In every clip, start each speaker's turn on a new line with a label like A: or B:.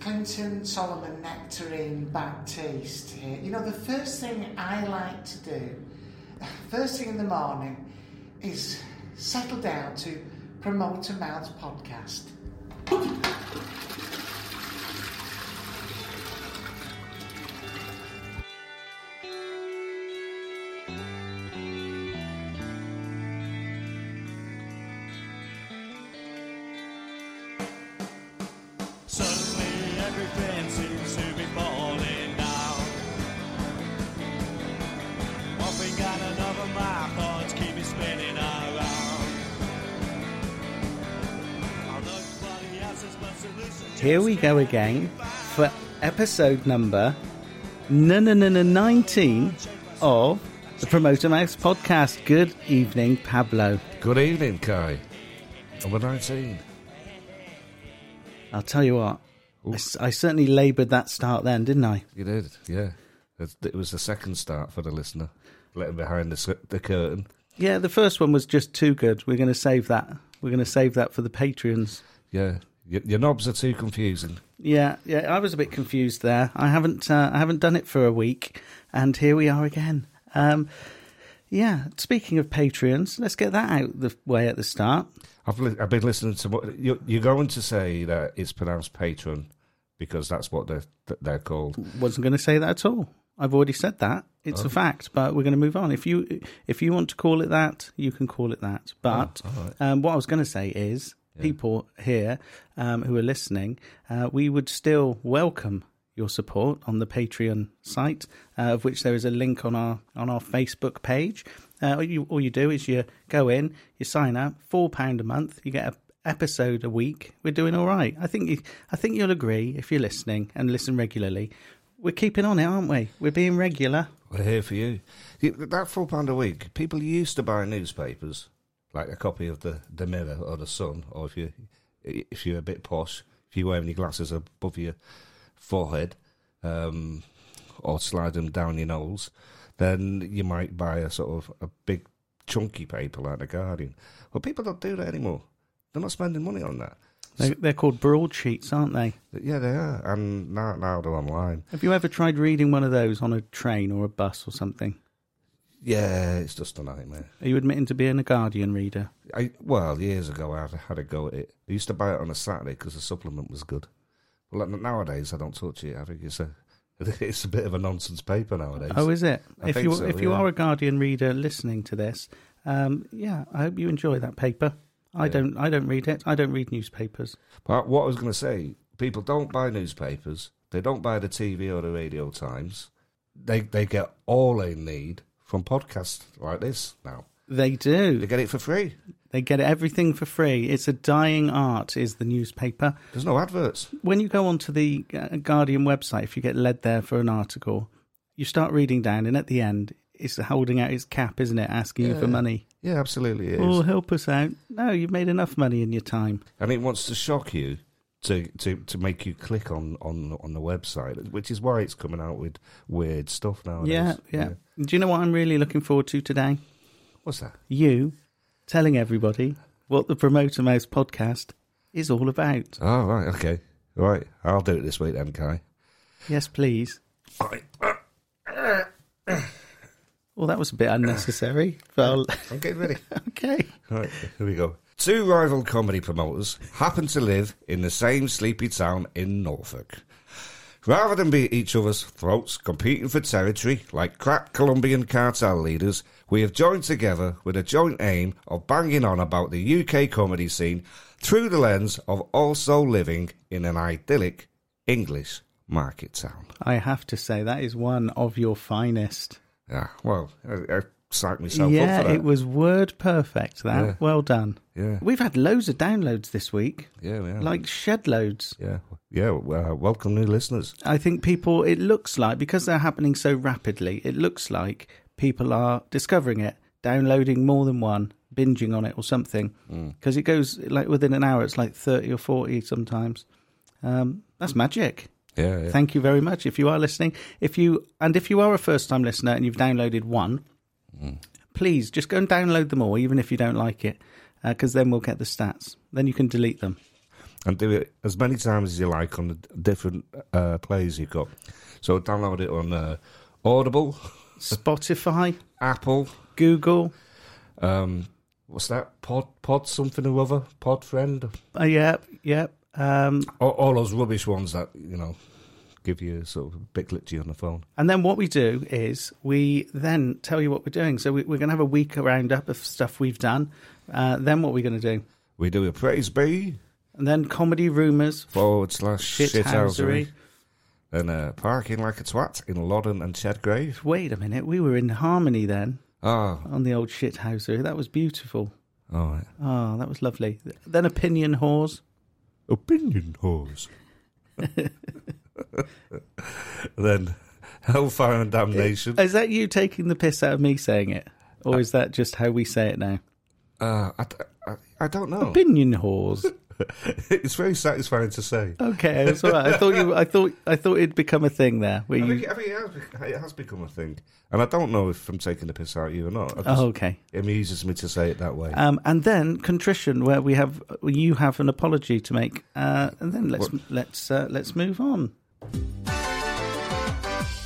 A: Clinton Solomon Nectarine Back Taste here. You know, the first thing I like to do, first thing in the morning, is settle down to promote a mouth podcast.
B: Suddenly everything seems to be falling down. One thing got another, my thoughts keep me spinning around. I look for the answers, but solutions
C: Here we go again for episode number no no no no 19 of the Promoter Mouse podcast. Good evening, Pablo.
D: Good evening, Kai. Number 19.
C: I'll tell you what, I, s- I certainly laboured that start then, didn't I?
D: You did, yeah. It, it was the second start for the listener. Let him behind the, s- the curtain.
C: Yeah, the first one was just too good. We're going to save that. We're going to save that for the Patreons.
D: Yeah. Your, your knobs are too confusing.
C: Yeah, yeah, I was a bit confused there. I haven't, uh, I haven't done it for a week, and here we are again. Um, yeah, speaking of Patreons, let's get that out the way at the start.
D: I've, li- I've been listening to what you, you're going to say that it's pronounced patron because that's what they're, th- they're called.
C: wasn't going to say that at all. I've already said that. It's a fact, but we're going to move on. If you if you want to call it that, you can call it that. But um, what I was going to say is, people here um, who are listening, uh, we would still welcome your support on the Patreon site, uh, of which there is a link on our on our Facebook page. Uh, all, you, all you do is you go in, you sign up, four pound a month, you get a episode a week. We're doing all right. I think you, I think you'll agree if you're listening and listen regularly. We're keeping on it, aren't we? We're being regular.
D: We're here for you. you that £4 pound a week, people used to buy newspapers, like a copy of the, the Mirror or the Sun, or if, you, if you're a bit posh, if you wear any glasses above your forehead, um, or slide them down your nose, then you might buy a sort of a big chunky paper like the Guardian. Well, people don't do that anymore. They're not spending money on that.
C: They, they're called broadsheets, aren't they?
D: Yeah, they are, and now, now they're online.
C: Have you ever tried reading one of those on a train or a bus or something?
D: Yeah, it's just a nightmare.
C: Are you admitting to being a Guardian reader?
D: I well years ago I had, had a go at it. I used to buy it on a Saturday because the supplement was good. Well, like, nowadays I don't touch it. I think it's a it's a bit of a nonsense paper nowadays.
C: Oh, is it?
D: I
C: if
D: think
C: you
D: so,
C: if you
D: yeah.
C: are a Guardian reader listening to this, um, yeah, I hope you enjoy that paper. I don't I don't read it. I don't read newspapers.
D: but what I was going to say, people don't buy newspapers. They don't buy the TV or the Radio Times. They they get all they need from podcasts like this now.
C: They do.
D: They get it for free.
C: They get everything for free. It's a dying art, is the newspaper.
D: There's no adverts.
C: When you go onto the uh, Guardian website, if you get led there for an article, you start reading down, and at the end, it's holding out its cap, isn't it? Asking you for money.
D: Yeah, absolutely it is.
C: Oh, help us out. No, you've made enough money in your time.
D: and it wants to shock you to, to, to make you click on, on on the website, which is why it's coming out with weird stuff nowadays.
C: Yeah, yeah. Do you know what I'm really looking forward to today?
D: What's that?
C: You telling everybody what the Promoter Mouse podcast is all about.
D: Oh right, okay, right. I'll do it this week then, Kai.
C: Yes, please.
D: Right.
C: Well, that was a bit unnecessary, but I'll...
D: I'm getting ready.
C: okay.
D: right, here we go. Two rival comedy promoters happen to live in the same sleepy town in Norfolk. Rather than be at each other's throats competing for territory like crap Colombian cartel leaders, we have joined together with a joint aim of banging on about the UK comedy scene through the lens of also living in an idyllic English market town.
C: I have to say that is one of your finest.
D: Yeah, well, I, I psyched myself up for
C: yeah,
D: that.
C: it was word perfect. That
D: Yeah.
C: well done.
D: Yeah. Oh.
C: We've had loads of downloads this week,
D: yeah, yeah.
C: like shed loads.
D: yeah, yeah. Well, uh, welcome, new listeners.
C: I think people. It looks like because they're happening so rapidly, it looks like people are discovering it, downloading more than one, binging on it or something.
D: Mm.
C: Because it goes like within an hour, it's like thirty or forty sometimes. Um, that's magic.
D: Yeah, yeah.
C: Thank you very much. If you are listening, if you and if you are a first time listener and you've downloaded one, please just go and uh, download them all, even if you don't like it, because then we'll get the stats. Then you can delete them.
D: and do it as many times as you like on the different uh, players you've got. So download it on uh, Audible,
C: Spotify,
D: Apple.
C: Google.
D: Um, what's that? Pod, pod something or other. Pod friend.
C: Uh, yep, yep. Um,
D: All, all those rubbish ones that you know give you sort of a bit glitchy on the phone.
C: And then what we do is we then tell you what we're doing. So we, we're going to have a week roundup of stuff we've done. Uh, then what we're going to do?
D: We do a praise be
C: And then comedy rumours,
D: forward slash shithousery
C: shithousery.
D: and uh, parking like a twat in Loddon and Chadgrave.
C: Wait a minute, we were in harmony then
D: Oh,
C: on the old shithousery. That was beautiful.
D: all right.
C: Oh, that was lovely. Then opinion whores.
D: Opinion whores. then hellfire and damnation.
C: Is that you taking the piss out of me saying it? Or is that just how we say it now?
D: Uh, I, d- I, I don't know.
C: Opinion whores.
D: it's very satisfying to say.
C: Okay, that's all right. I thought you. I thought. I thought it'd become a thing there. Where
D: I think,
C: you?
D: I think it, has, bec- it has become a thing, and I don't know if I'm taking the piss out of you or not. I just-
C: Oh, okay.
D: It amuses me to say it that way.
C: Um, and then contrition, where we have you have an apology to make, uh, and then let's let's uh, let's move on.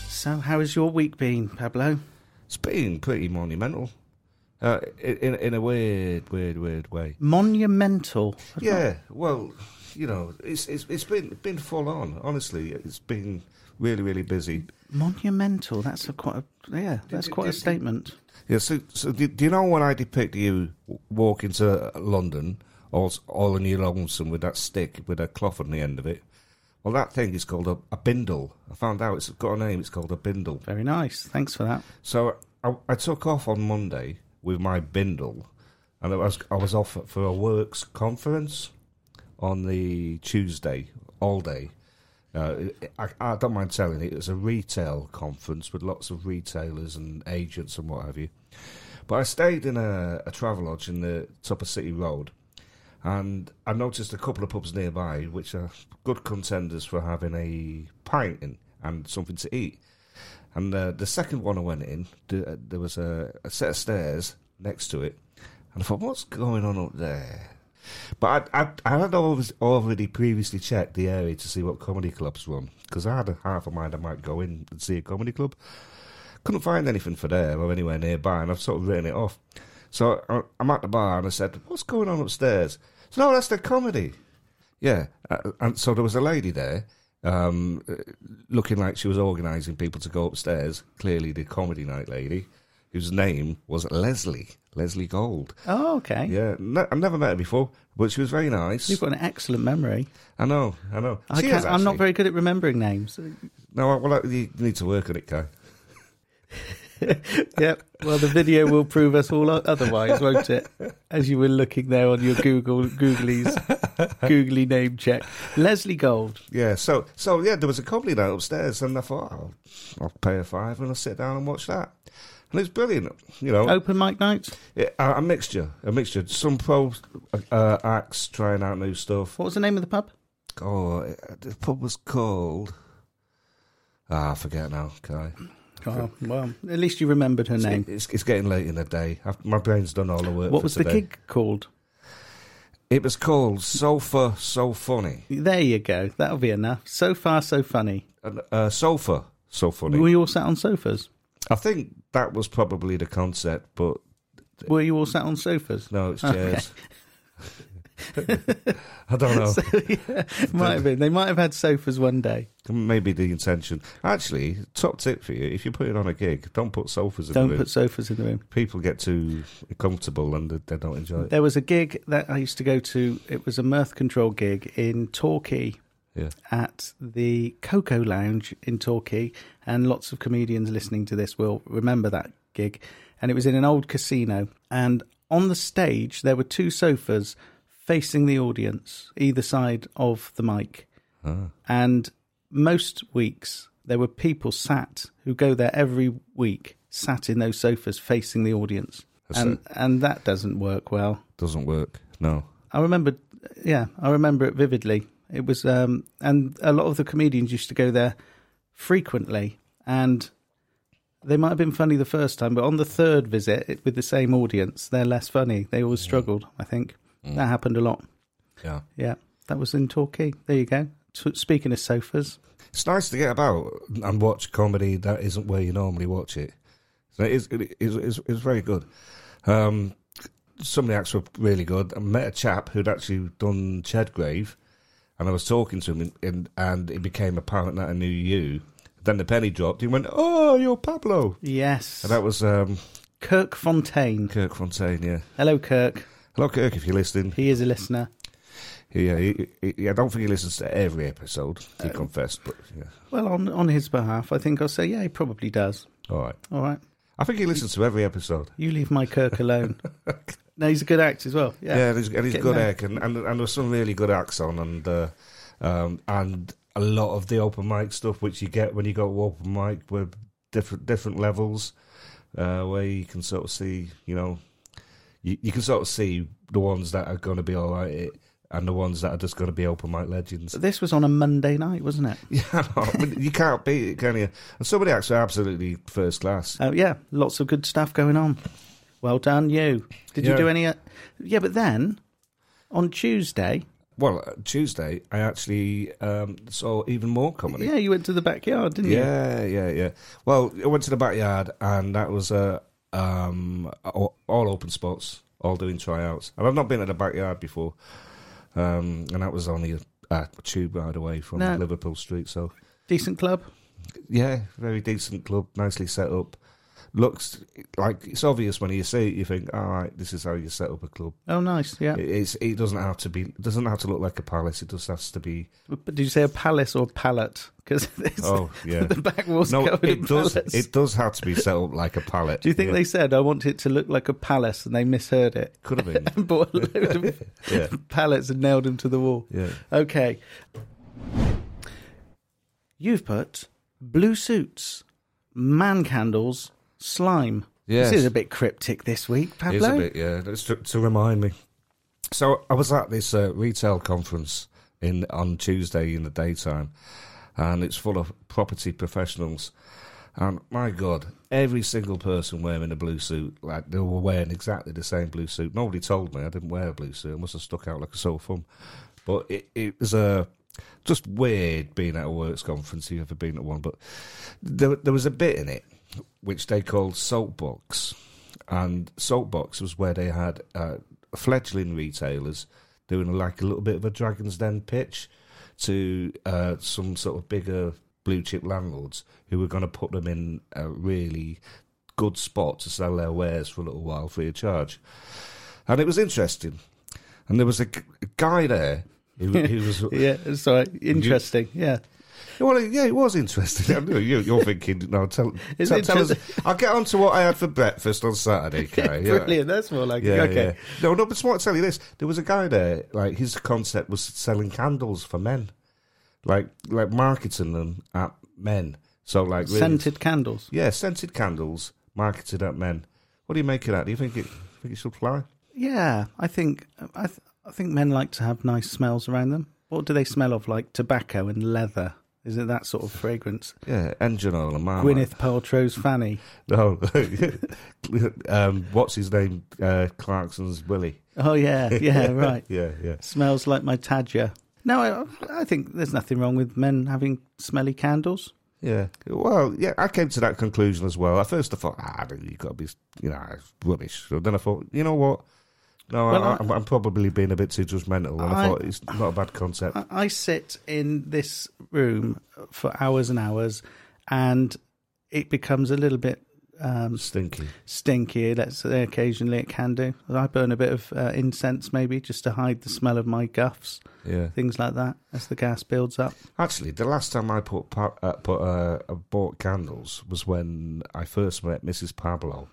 C: So, how has your week been, Pablo?
D: it's been pretty monumental, uh, in in- in a weird, weird, weird way.
C: Monumental.
D: Yeah, well, you know, it's it's it's been been full on. Honestly, it's been really, really busy.
C: Monumental. That's a quite. A, yeah, that's quite a statement.
D: Yeah. So, so do, do you know when I depict you walk into London, all all in your lonesome with that stick with a cloth on the end of it? Well, that thing is called a, a bindle. I found out it's got a name. It's called a bindle.
C: Very nice. Thanks for that.
D: So I, I took off on Monday with my bindle, and I was I was off for a works conference on the Tuesday all day. Uh, I, I don't mind telling you, it was a retail conference with lots of retailers and agents and what have you. But I stayed in a, a travel lodge in the top of City Road, and I noticed a couple of pubs nearby which are good contenders for having a pint in and something to eat. And uh, the second one I went in, th- uh, there was a, a set of stairs next to it, and I thought, what's going on up there? But I, I, I had always, already previously checked the area to see what comedy clubs run because I had a half a mind I might go in and see a comedy club. Couldn't find anything for there or anywhere nearby, and I've sort of written it off. So I, I'm at the bar and I said, "What's going on upstairs?" So no, that's the comedy. Yeah, uh, and so there was a lady there, um, uh, looking like she was organising people to go upstairs. Clearly, the comedy night lady, whose name was Leslie Leslie Gold.
C: Oh, okay.
D: Yeah, no, I've never met her before, but she was very nice.
C: You've got an excellent memory.
D: I know, I know.
C: I
D: she
C: can't,
D: is
C: I'm not
D: actually.
C: very good at remembering names.
D: No, I- well, I, you need to work on it, Kai.
C: yep. Well, the video will prove us all o- otherwise, won't it? As you were looking there on your Google Googlies, Googly name check, Leslie Gold.
D: Yeah, so so yeah, there was a comedy night upstairs, and I thought I'll, I'll pay a five and I'll sit down and watch that, and it's brilliant. You know,
C: Open mic night.
D: it, a, a mixture, a mixture. Some pro uh, acts trying out new stuff.
C: What was the name of the pub?
D: Oh, it- the pub was called. Ah, I forget now, Kai.
C: Oh, well, at least you remembered her name.
D: It's, it's getting late in the day. I've, my brain's done all the work.
C: What
D: for
C: was the
D: today.
C: gig called?
D: It was called Sofa So Funny.
C: There you go. That'll be enough. So far, so funny.
D: And, Uh, sofa So Funny.
C: Were you all sat on sofas?
D: I think that was probably the concept, but
C: Were you all sat on sofas?
D: no, it's chairs. I don't know.
C: yeah, might have been. They might have had sofas one day.
D: Maybe the intention. Actually, top tip for you: if you're putting on a gig, don't put sofas in the
C: Don't
D: room.
C: put sofas in the room.
D: People get too comfortable and they- they don't enjoy it.
C: There was a gig that I used to go to. It was a mirth control gig in Torquay.
D: Yeah.
C: at the Coco Lounge in Torquay, and lots of comedians listening to this will remember that gig. And it was in an old casino, and on the stage there were two sofas facing the audience, either side of the mic. And most weeks there were people sat who go there every week, sat in those sofas facing the audience,
D: That's
C: and and that doesn't work well.
D: Doesn't work. No.
C: I remember, yeah, I remember it vividly. It was, um, and a lot of the comedians used to go there frequently, and they might have been funny the first time, but on the third visit it, with the same audience, they're less funny. They always struggled. I think that happened a lot.
D: Yeah.
C: Yeah. That was in Torquay. There you go. So, speaking of sofas,
D: It's nice to get about and watch comedy that isn't where you normally watch it. So it is, it is, it's, it's very good. Um, some of the acts were really good. I met a chap who'd actually done Chedgrave, and I was talking to him, and, and, and it became apparent that I knew you. Then the penny dropped. He went, "Oh, you're Pablo,"
C: yes,
D: and that was um,
C: Kirk Fontaine.
D: Kirk Fontaine. Yeah,
C: Hello, Kirk.
D: hello, Kirk, if you're listening.
C: He is a listener.
D: Yeah, he, he, he- I don't think he listens to every episode. He confessed, but yeah,
C: Well, on on his behalf, I think I'll say, yeah, he probably does.
D: all right.
C: All right,
D: I think he listens to every episode.
C: you leave my Kirk alone. no, he's a good actor as well. Yeah,
D: Yeah, and he's, and he's
C: Getting
D: good
C: there.
D: egg, and, and and there's some really good acts on, and uh, um, and a lot of the open mic stuff which you get when you go to open mic with different different levels, uh, where you can sort of see, you know, you, you can sort of see the ones that are going to be all right, eh, and the ones that are just going to be open mic legends.
C: So this was on a Monday night, wasn't it?
D: Yeah, I know. I mean, you can't beat it, can you? And some of the acts are absolutely first class.
C: Oh yeah, lots of good stuff going on. Well done, you. Did
D: Yeah.
C: you do any? Uh, yeah, but then on Tuesday,
D: Well, uh, Tuesday I actually um, saw even more comedy.
C: yeah, you went to the backyard, didn't you?
D: Yeah, yeah, yeah. Well, I went to the backyard, and that was uh, um, all all open spots, all doing tryouts. And I've not been at the backyard before, um, and that was only a, a tube ride away from
C: No.
D: Liverpool Street. So,
C: Decent club.
D: yeah, very decent club, nicely set up. Looks like it's obvious when you see it, you think, all right, this is how you set up a club.
C: Oh, nice. Yeah.
D: It, it's, it doesn't have to be, it doesn't have to look like a palace. It just has to be.
C: But did you say a palace or pallet? Because
D: Oh, yeah.
C: the back walls
D: No,
C: covered in
D: it does.
C: pallets.
D: It does have to be set up like a pallet.
C: Do you think
D: Yeah.
C: they said I want it to look like a palace and they misheard it?
D: could have been?
C: Bought a load of
D: Yeah.
C: pallets and nailed them to the wall.
D: Yeah.
C: Okay. You've put blue suits, man candles, slime.
D: Yes.
C: This is a bit cryptic this week,
D: It
C: Pablo.
D: is a bit, yeah. That's to, to remind me. So I was at this uh, retail conference in on Tuesday in the daytime, and it's full of property professionals. And my God, every single person wearing a blue suit, like they were wearing exactly the same blue suit. Nobody told me I didn't wear a blue suit. I must have stuck out like a sore thumb. But it, it was uh, just weird being at a works conference. If you've ever been at one, but there, there was a bit in it which they called soapbox, and soapbox was where they had uh, fledgling retailers doing like a little bit of a Dragon's Den pitch to uh, some sort of bigger blue chip landlords who were going to put them in a really good spot to sell their wares for a little while free of charge, and it was interesting. And there was a g- a guy there who, who was
C: Yeah, sorry. Interesting. Yeah.
D: well, yeah, it was interesting. I know you, you're thinking, no, tell,
C: It's
D: tell, tell us. I'll get on to what I had for breakfast on Saturday, Kay. yeah.
C: Brilliant. That's more like it.
D: Yeah,
C: Okay.
D: yeah. No, no, but it's what I tell you this. There was a guy there, like, his concept was selling candles for men, like, like marketing them at men. So, like, really,
C: Scented candles.
D: Yeah, scented candles marketed at men. What do you make of that? Do you think it, think it should fly?
C: Yeah, I think I, th- I think men like to have nice smells around them. What do they smell of? Like tobacco and leather. Is it that sort of fragrance?
D: Yeah, engine oil and marmite.
C: Gwyneth Paltrow's fanny.
D: No. um, what's his name? Uh, Clarkson's Willie.
C: Oh yeah, yeah, right.
D: Yeah, yeah.
C: Smells like my Tadger. No, I, I think there's nothing wrong with men having smelly candles.
D: Yeah. Well, yeah, I came to that conclusion as well. At first, I thought, ah, you've got to be, you know, rubbish. So then I thought, you know what? No,
C: Well,
D: I,
C: I-
D: I'm, I'm probably being a bit too judgmental. And I,
C: I-
D: thought it's not a bad concept.
C: I, I sit in this room for hours and hours, and it becomes a little bit um,
D: Stinky.
C: stinky. Let's say occasionally it can do. I burn a bit of uh, incense maybe just to hide the smell of my guffs,
D: Yeah.
C: things like that, as the gas builds up.
D: Actually, the last time I put, pa- uh, put uh, I bought candles was when I first met Mrs. Pablo,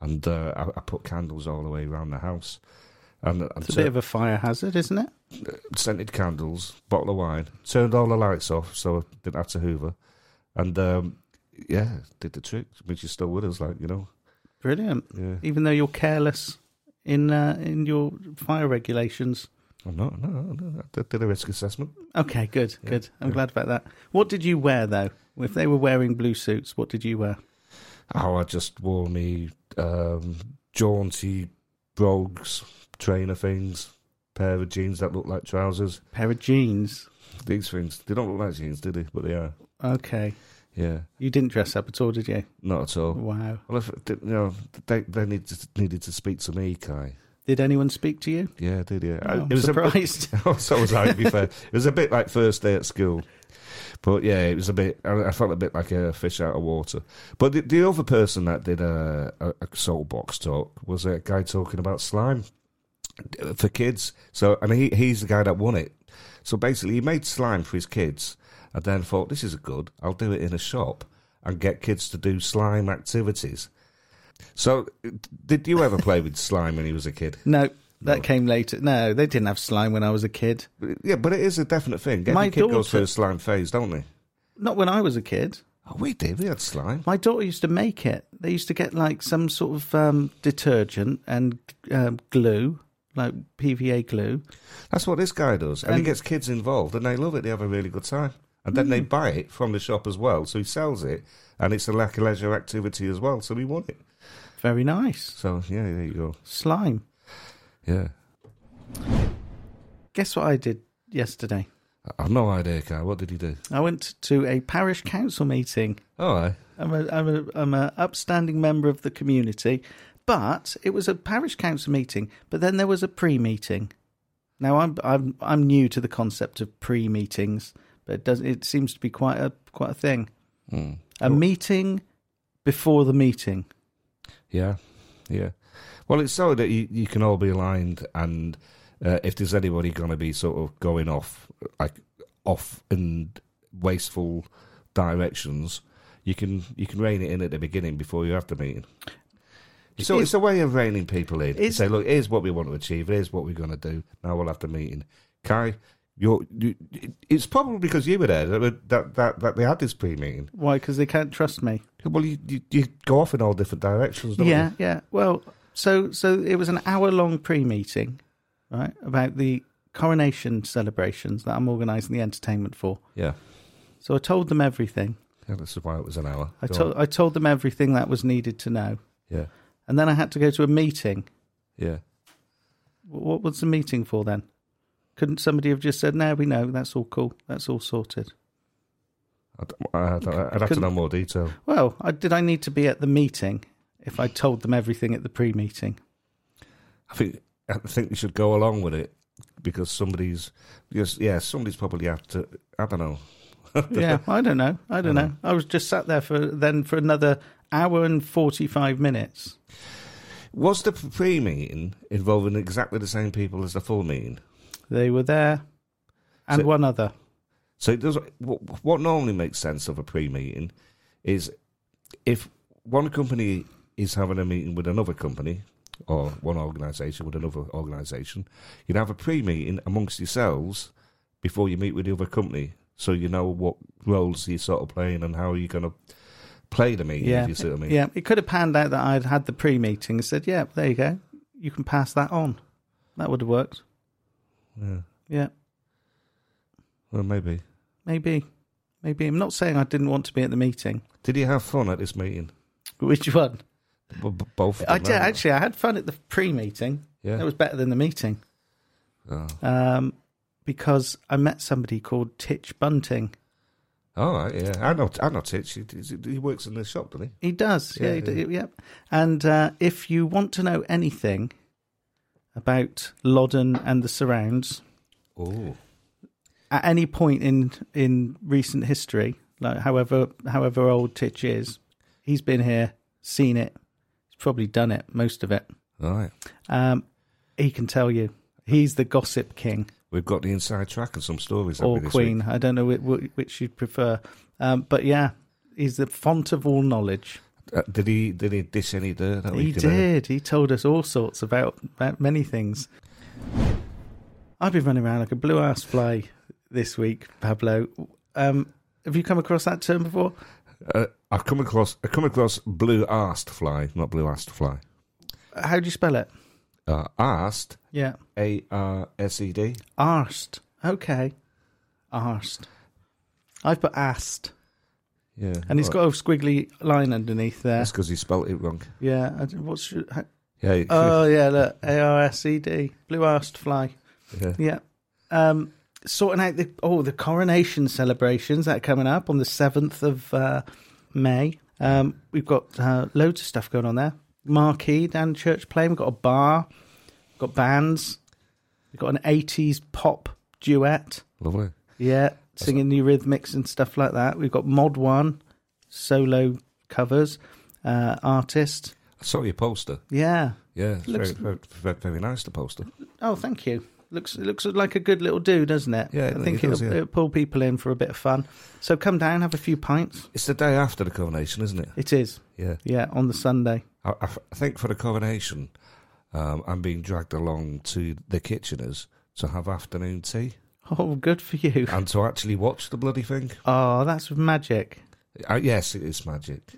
D: and uh, I, I put candles all the way around the house, and, and
C: It's a
D: tur-
C: bit of a fire hazard, isn't it?
D: scented candles, bottle of wine, turned all the lights off so I didn't have to hoover. And um, yeah, did the trick, which is still with us, like, you know.
C: Brilliant.
D: Yeah.
C: Even though you're careless in uh, in your fire regulations.
D: I'm not, no, no, I did a risk assessment.
C: Okay, good, good. I'm glad about that. What did you wear though? If they were wearing blue suits, what did you wear?
D: Oh, I just wore me um, jaunty brogues, trainer things, pair of jeans that look like trousers.
C: Pair of jeans.
D: These things, they don't look like jeans, do they? But they are.
C: Okay.
D: Yeah,
C: You didn't dress up at all, did you?
D: not at all.
C: Wow.
D: Well, if, you know, they they need to, needed to speak to me, Kai.
C: Did anyone speak to you?
D: Yeah, did you?
C: Oh, I'm
D: a bit,
C: surprised.
D: Oh, so was I. To be fair, it was a bit like first day at school. But yeah, it was a bit. I I felt a bit like a fish out of water. But the, the other person that did a, a, a soul box talk was a guy talking about slime uh, for kids. So and he he's the guy that won it. So basically, he made slime for his kids, and then thought, "This is good. I'll do it in a shop and get kids to do slime activities." So, did you ever play with slime when you was a kid?
C: No, that came later. No, they didn't have slime when I was a kid.
D: Yeah, but it is a definite thing. Every
C: My
D: kid goes
C: daughter-
D: through a slime phase, don't they?
C: Not when I was a kid.
D: Oh, we did. We had slime.
C: My daughter used to make it. They used to get like some sort of um, detergent and um, glue, like PVA glue.
D: That's what this guy does, and he
C: And-
D: gets kids involved, and they love it. They have a really good time, and then they buy it from the shop as well. So he sells it, and it's a lack of leisure activity as well. So he won it.
C: Very nice.
D: So yeah, there you go.
C: Slime.
D: Yeah,
C: Guess what I did yesterday?
D: I- I've no idea, Kai. What did he do?
C: I went to a parish council meeting.
D: Oh, I.
C: I'm a, I'm a, I'm a upstanding member of the community, but it was a parish council meeting. But then there was a pre-meeting. Now I'm I'm I'm new to the concept of pre-meetings, but it does it seems to be quite a quite a thing.
D: Hmm.
C: A meeting before the meeting.
D: Yeah, yeah. Well, it's so that you, you can all be aligned, and uh, if there's anybody going to be sort of going off, like off in wasteful directions, you can you can rein it in at the beginning before you have the meeting. So
C: Is-
D: it's a way of reining people in. You
C: is-
D: say, look, here's what we want to achieve. Here's what we're going to do. Now we'll have the meeting. Kai, you're, you, it's probably because you were there that that that, that they had this pre-meeting.
C: Why? Because they can't trust me.
D: Well, you, you you go off in all different directions, don't
C: yeah,
D: you?
C: yeah. Well, so so it was an hour long pre meeting, right? About the coronation celebrations that I'm organising the entertainment for.
D: Yeah.
C: So I told them everything.
D: Yeah, this is why it was an hour.
C: I
D: Go
C: told
D: on.
C: I told them everything that was needed to know,
D: Yeah,
C: and then I had to go to a meeting.
D: yeah.
C: W- What was the meeting for then? Couldn't somebody have just said, "No, we know that's all cool, that's all sorted"?
D: I d- I d- I'd have to
C: couldn't-
D: know more detail.
C: Well, I, did I need to be at the meeting if I told them everything at the pre-meeting?
D: I think I think we should go along with it because somebody's yes, yeah, somebody's probably had to. I don't know.
C: yeah, I don't know. I don't
D: Uh-huh.
C: know. I was just sat there for then for another hour and forty-five minutes.
D: Was the pre-meeting involving exactly the same people as the full meeting?
C: They were there, and
D: So-
C: one other.
D: So it does. What, what normally makes sense of a pre-meeting is if one company is having a meeting with another company or one organisation with another organisation, you'd have a pre-meeting amongst yourselves before you meet with the other company, so you know what roles you're sort of playing and how you're going to play the meeting.
C: Yeah,
D: If you see what I mean?
C: yeah. It could have panned out that I'd had the pre-meeting and said, "Yeah, there you go. You can pass that on." That would have worked.
D: Yeah.
C: Yeah,
D: Well, maybe.
C: maybe, maybe. I'm not saying I didn't want to be at the meeting.
D: Did you have fun at this meeting?
C: Which one?
D: B- b- both. Of them,
C: I did
D: right?
C: actually. I had fun at the pre-meeting.
D: Yeah.
C: That was better than the meeting
D: Oh.
C: um, because I met somebody called Titch Bunting.
D: All right. Yeah. I know. I know. Titch. He, he works in the shop, doesn't he?
C: He does. Yeah,
D: Yeah,
C: he d-
D: yeah.
C: yep. And uh, if you want to know anything about Loddon and the surrounds
D: Oh.
C: at any point in in recent history, like however however old Titch is, he's been here, seen it, he's probably done it, most of it.
D: All right.
C: Um, he can tell you. He's the gossip king
D: We've got the inside track and some stories. haven't
C: or
D: we, this
C: queen.
D: week?
C: I don't know which, which you'd prefer. Um, but yeah, he's the font of all knowledge.
D: Uh, did he? Did he dish any dirt? That
C: He
D: we can, uh,
C: did. He told us all sorts about, about many things. I've been running around like a blue ass fly this week, Pablo. Um, have you come across that term before?
D: Uh, I've come across. I've come across blue-arsed fly, not blue-arsed fly.
C: How do you spell it?
D: Uh, arsed,
C: Yeah.
D: A R S E D.
C: Arst. Okay. Arst. I've put ast.
D: Yeah,
C: And it's got a squiggly line underneath there.
D: That's because he spelt it wrong.
C: Yeah. I don't- What's your, how,
D: Yeah.
C: Oh yeah, look, A R S E D, blue arsed fly.
D: Yeah.
C: Yeah. Um, sorting out the oh the coronation celebrations that are coming up on the seventh of uh, May. Um, we've got uh, loads of stuff going on there. Marquee down Church Plain. We've got a bar. We've got bands. We've got an eighties pop duet.
D: Lovely.
C: Yeah, singing new rhythmics and stuff like that. We've got Mod One solo covers uh, artist.
D: I saw your poster.
C: Yeah.
D: Yeah, it's
C: Looks-
D: very, very, very nice, the poster.
C: Oh, thank you. Looks it looks like a good little do, doesn't it?
D: Yeah, it-
C: I think
D: it
C: it
D: does,
C: will
D: yeah.
C: it'll pull people in for a bit of fun. So come down, have a few pints.
D: It's the day after the coronation, isn't it?
C: It is,
D: Yeah.
C: yeah, on the Sunday.
D: I, I f- I think for the coronation, um, I'm being dragged along to the Kitcheners to have afternoon tea
C: Oh, good for you.
D: and to actually watch the bloody thing.
C: Oh, that's magic.
D: Uh, yes, it is magic.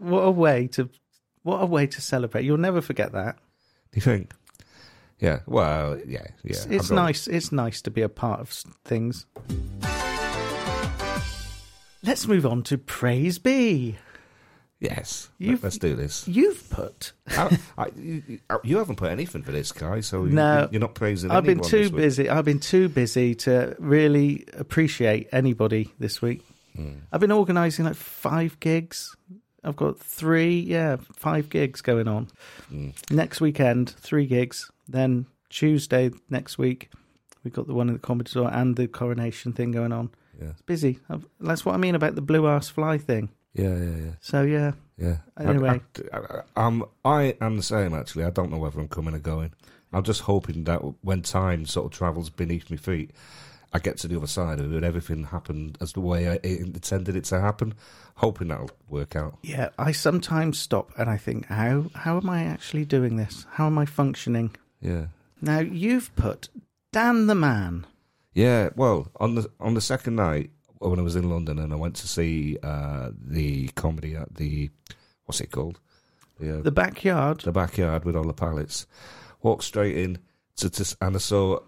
C: What a way to what a way to celebrate. You'll never forget that.
D: Do you think? Yeah. Well, yeah, yeah.
C: It's, it's
D: I'm not-
C: nice. It's nice to be a part of s- things. Let's move on to praise be.
D: Yes.
C: You've-
D: Let, us do this.
C: You've put.
D: I, I, you, you- you haven't put anything for this guy, so you-
C: No.
D: you, you're not praising.
C: I've been
D: anyone
C: too
D: this week.
C: busy. I've been too busy to really appreciate anybody this week.
D: Hmm.
C: I've been organising like five gigs. I've got three, yeah, five gigs going on.
D: Hmm.
C: Next weekend, three gigs. Then Tuesday next week, we've got the one in the comedy store and the coronation thing going on.
D: Yeah.
C: It's busy. I've, that's what I mean about the blue ass fly thing.
D: Yeah, yeah, yeah.
C: So yeah,
D: Yeah. I-
C: Anyway.
D: I, I, I'm, I am the same, actually. I don't know whether I'm coming or going. I'm just hoping that when time sort of travels beneath my feet, I get to the other side of it and everything happened as the way I it intended it to happen, hoping that'll work out.
C: yeah. I sometimes stop and I think, how how am I actually doing this? How am I functioning?
D: Yeah.
C: Now you've put Dan the Man.
D: Yeah, well, on the on the second night when I was in London and I went to see uh, the comedy at the what's it called? The, uh,
C: The backyard.
D: the backyard with all the pallets. Walked straight in to, to and I saw,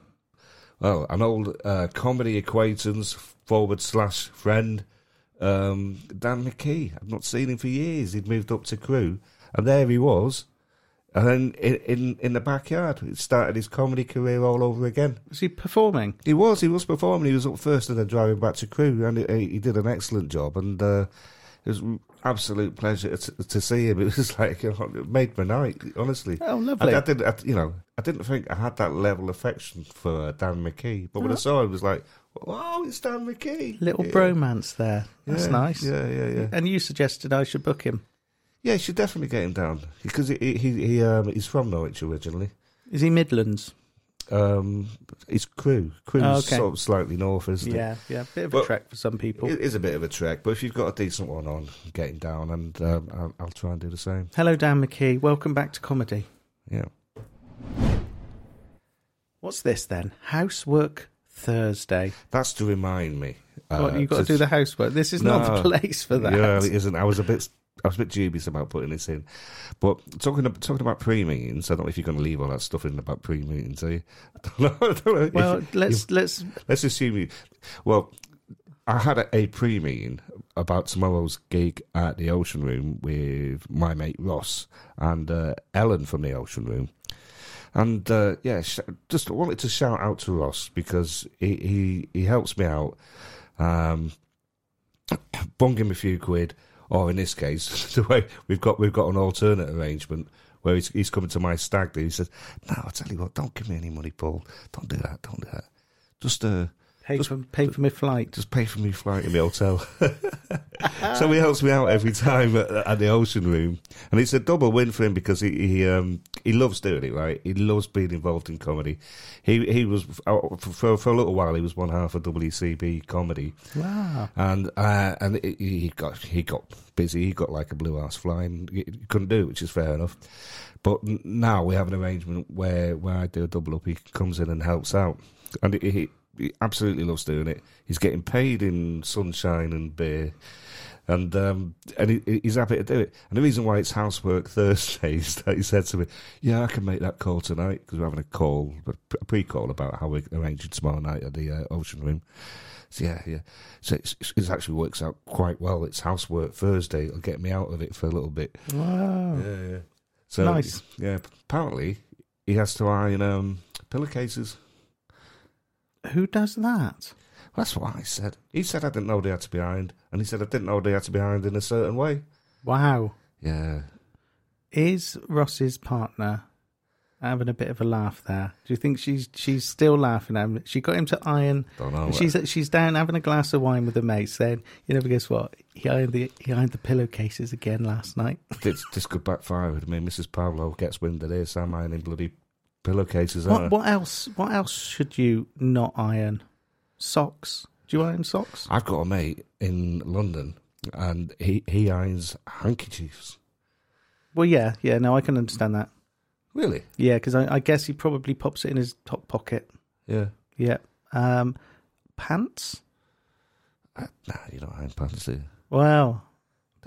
D: well, an old uh, comedy acquaintance forward slash friend, um, Dan McKee. I've not seen him for years. He'd moved up to crew, and there he was. And then in in, in the backyard, it started his comedy career all over again.
C: Was he performing?
D: He was, he was performing. He was up first and then driving back to crew, and he, he did an excellent job. And uh, it was an absolute pleasure to, to see him. It was like you know, it made my night, honestly.
C: Oh, lovely.
D: I, I didn't, I, you know, I didn't think I had that level of affection for uh, Dan McKee, but when I saw him, it was like, "Wow, it's Dan McKee!"
C: Oh. Little
D: Yeah.
C: bromance there. That's
D: Yeah,
C: nice.
D: Yeah, yeah, yeah.
C: And you suggested I should book him.
D: Yeah, you should definitely get him down because he, he, he um, he's from Norwich originally.
C: Is he Midlands?
D: Um, it's crew, crew's
C: Oh, okay.
D: sort of slightly north, isn't it?
C: Yeah, yeah. Bit of a
D: Well-
C: trek for some people.
D: It is a bit of a trek, but if you've got a decent one on, get him down, and um, I'll, I'll try and do the same.
C: Hello, Dan McKee. Welcome back to comedy.
D: Yeah.
C: What's this then? Housework Thursday.
D: That's to remind me.
C: Oh, you've got to do the housework. This is not the
D: Uh, No.
C: place for that.
D: Yeah, it isn't. I was a bit, I was a bit dubious about putting this in, but talking ab- talking about pre-meetings, I don't know if you're going to leave all that stuff in about pre-meetings. Are you? I don't know. I don't know.
C: well,
D: If-
C: let's let's.
D: let's assume you. Well, I had a, a pre-meeting about tomorrow's gig at the Ocean Room with my mate Ross and uh, Ellen from the Ocean Room. And uh, yeah, sh- just wanted to shout out to Ross because he he, he helps me out, um, bung him a few quid, or in this case, the way we've got we've got an alternate arrangement where he's, he's coming to my stag do. He says, "No, I tell you what, don't give me any money, Paul. Don't do that. Don't do that. Just uh,
C: Pay
D: just-
C: for, pay for my flight.
D: just pay for me flight in the hotel. so he helps me out every time at, at the Ocean Room, and it's a double win for him because he he, um, he loves doing it. Right, he loves being involved in comedy. He he was for, for, for a little while he was one half of WCB comedy,
C: Wow.
D: and uh, and he- he got he got busy. He got like a blue ass flying. He couldn't do it, which is fair enough. But n- now we have an arrangement where where I do a double up. He comes in and helps out, and he, he, he absolutely loves doing it. He's getting paid in sunshine and beer. And um, and he, he's happy to do it. And the reason why it's housework Thursday is that he said to me, "Yeah, I can make that call tonight because we're having a call, a pre-call about how we're arranging tomorrow night at the uh, Ocean Room." So yeah, yeah. So it's, it's, it actually works out quite well. It's housework Thursday. It'll get me out of it for a little bit.
C: Wow.
D: Yeah, yeah. So
C: Nice.
D: Yeah. Apparently, he has to iron um, pillowcases.
C: Who does that?
D: That's what I said. He said I didn't know they had to be ironed, and he said I didn't know they had to be ironed in a certain way.
C: Wow.
D: Yeah.
C: Is Ross's partner having a bit of a laugh there? Do you think she's she's still laughing at him? She got him to iron.
D: Don't know.
C: and She's she's down having a glass of wine with her mate, saying, "You never guess what? He ironed the he ironed the pillowcases again last night."
D: This, this could backfire with me. Mrs. Pablo gets wind of this. I'm ironing bloody pillowcases. aren't I?
C: What what else? What else should you not iron? Socks. Do you iron socks?
D: Uh, I've got a mate in London, and he, he irons handkerchiefs.
C: Well, yeah, yeah. No, I can understand that.
D: Really?
C: Yeah, because I, I guess he probably pops it in his top pocket.
D: Yeah.
C: Yeah. Um, pants.
D: I, Uh, nah, you don't iron pants, do you?
C: Wow.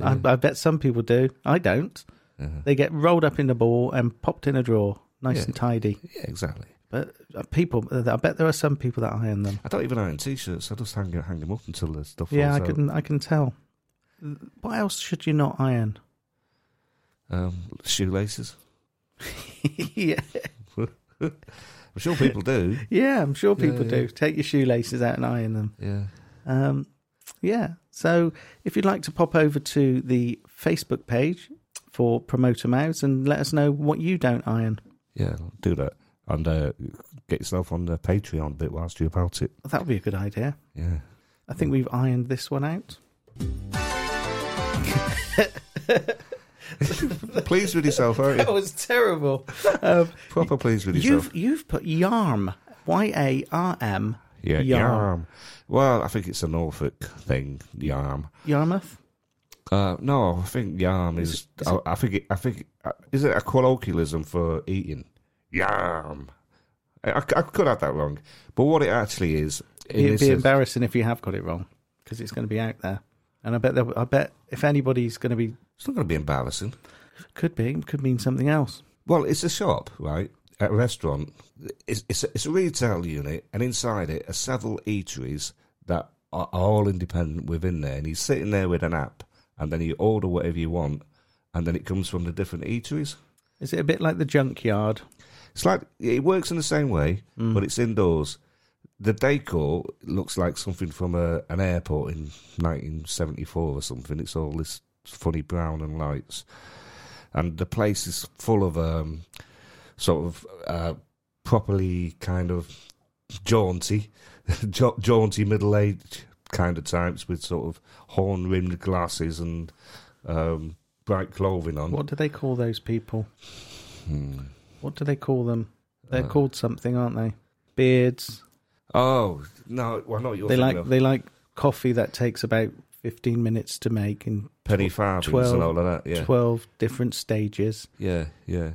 C: I, I bet some people do. I don't.
D: Uh-huh.
C: They get rolled up in a ball and popped in a drawer, nice
D: Yeah.
C: and tidy.
D: Yeah, exactly.
C: But uh, people, I bet there are some people that iron them.
D: I don't even iron t-shirts. I just hang hang them up until the stuff.
C: yeah, I
D: falls out.
C: can. I can tell. What else should you not iron?
D: Um, shoelaces.
C: yeah,
D: I'm sure people do.
C: yeah. I'm sure
D: Yeah,
C: people
D: yeah.
C: do. Take your shoelaces out and iron them.
D: Yeah.
C: Um, yeah. So if you'd like to pop over to the Facebook page for Promoter Mouths and let us know what you don't iron.
D: Yeah, do that. And uh, get yourself on the Patreon bit whilst you're about it.
C: That would be a good idea.
D: Yeah.
C: I
D: Hmm.
C: think we've ironed this one out.
D: pleased with yourself, aren't
C: That
D: you?
C: was terrible. Um,
D: Proper pleased with yourself.
C: you've you've put yarm, y a r m,
D: yeah,
C: yarm.
D: yarm. Well, I think it's a Norfolk thing, yarm.
C: Yarmouth.
D: Uh, no, I think yam is. I, I think. It, I think. Uh, is it a colloquialism for eating? Yam. I, I c- I could have that wrong, but what it actually is. in
C: It'd
D: this
C: be
D: is-
C: embarrassing if you have got it wrong because it's going to be out there. And I bet there, I bet if anybody's going to be
D: it's not going to be embarrassing.
C: could be could mean something else.
D: Well, it's a shop, right? A restaurant. It's it's a, it's a retail unit, and inside it are several eateries that are all independent within there. And he's sitting there with an app, and then you order whatever you want, and then it comes from the different eateries.
C: Is it a bit like the junkyard?
D: It's like it works in the same way,
C: Mm.
D: but it's indoors. The decor looks like something from a, an airport in 1974 or something. It's all this funny brown and lights, and the place is full of um, sort of uh, properly kind of jaunty, ja- jaunty middle aged kind of types with sort of horn rimmed glasses and um, bright clothing on.
C: What do they call those people?
D: Hmm.
C: What do they call them?
D: Uh,
C: They're called something, aren't they? Beards.
D: Oh no! Well, not your.
C: They like they like coffee that takes about fifteen minutes to make in
D: penny farthings
C: 12
D: and all of that. Yeah,
C: twelve different stages.
D: yeah, yeah.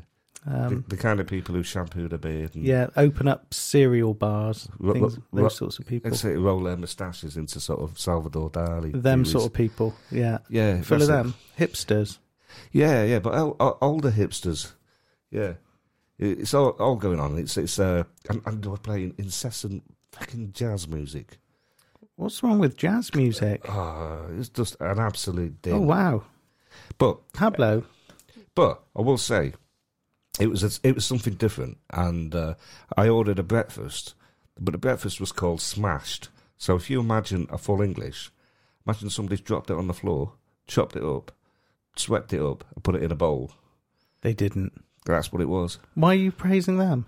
C: Um,
D: the, the kind of people who shampoo their beard. And,
C: Yeah, open up cereal bars,
D: Ro-
C: things,
D: ro-
C: those
D: ro-
C: sorts of people.
D: Let's say roll their moustaches into sort of Salvador Dali.
C: Them
D: theories.
C: sort of people, yeah.
D: Yeah,
C: Full
D: that's
C: of
D: it.
C: them, hipsters.
D: Yeah, yeah, but o- o- older hipsters. Yeah, It- it's all, all going on. It's it's uh, and, and we're playing incessant fucking jazz music.
C: What's wrong with jazz music?
D: Ah, it's just an absolute ding.
C: Oh wow,
D: But
C: Pablo,
D: But I will say, it was a, it was something different, and uh, I ordered a breakfast, but the breakfast was called smashed. So if you imagine a full English, imagine somebody's dropped it on the floor, chopped it up, swept it up, and put it in a bowl.
C: they didn't.
D: That's what it was.
C: Why are you praising them?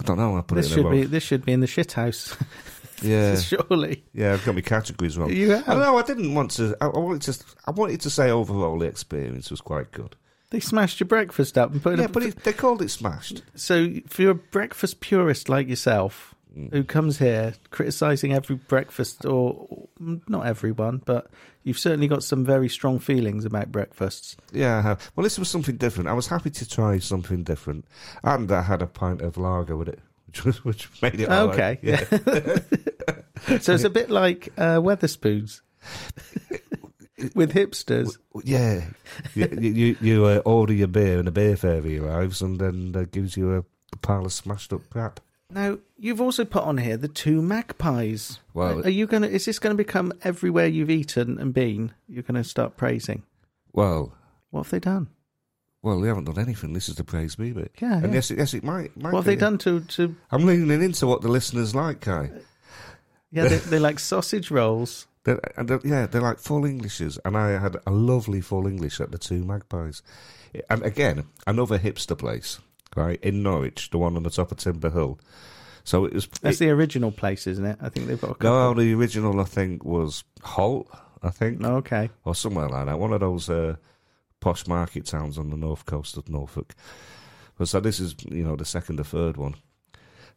D: I don't know. I put
C: This
D: it in a
C: should
D: bowl.
C: be this should be in the shit house,
D: yeah, Oh.
C: surely.
D: yeah. I've got my categories wrong.
C: You
D: I
C: have.
D: know. I didn't want to. I, I wanted to. I wanted to say overall the experience was quite good.
C: They smashed your breakfast up and put it.
D: Yeah, but it, they called it smashed.
C: so for a breakfast purist like yourself,
D: Mm.
C: who comes here criticising every breakfast or not everyone, but you've certainly got some very strong feelings about breakfasts.
D: Yeah, I have. Well, this was something different. I was happy to try something different, and I had a pint of lager with it, which was, which made it all
C: Okay.
D: right. Yeah,
C: So it's a bit like uh, Weatherspoons with hipsters.
D: yeah. you you, you uh, order your beer, and a beer fairy arrives, and then uh, gives you a pile of smashed up crap.
C: Now you've also put on here the two magpies.
D: Well-
C: are you gonna? Is this going to become everywhere you've eaten and been? You're going to start praising.
D: Well,
C: What have they done?
D: well, we haven't done anything. This is the praise me bit.
C: Yeah,
D: And
C: yeah.
D: yes, it, yes, it might. might
C: What have they
D: be.
C: done to to?
D: I'm leaning into what the listeners like, Kai.
C: Yeah, they, they like sausage rolls.
D: They're, and they're- yeah, they're like full Englishes, and I had a lovely full English at the Two Magpies. And again, another hipster place, right in Norwich, the one on the top of Timber Hill. So it was.
C: That's
D: It,
C: the original place, isn't it? I think they've got a couple.
D: no, the original I think was Holt, I think,
C: Okay.
D: or somewhere like that. One of those uh, posh market towns on the north coast of Norfolk. But so this is you know the second or third one,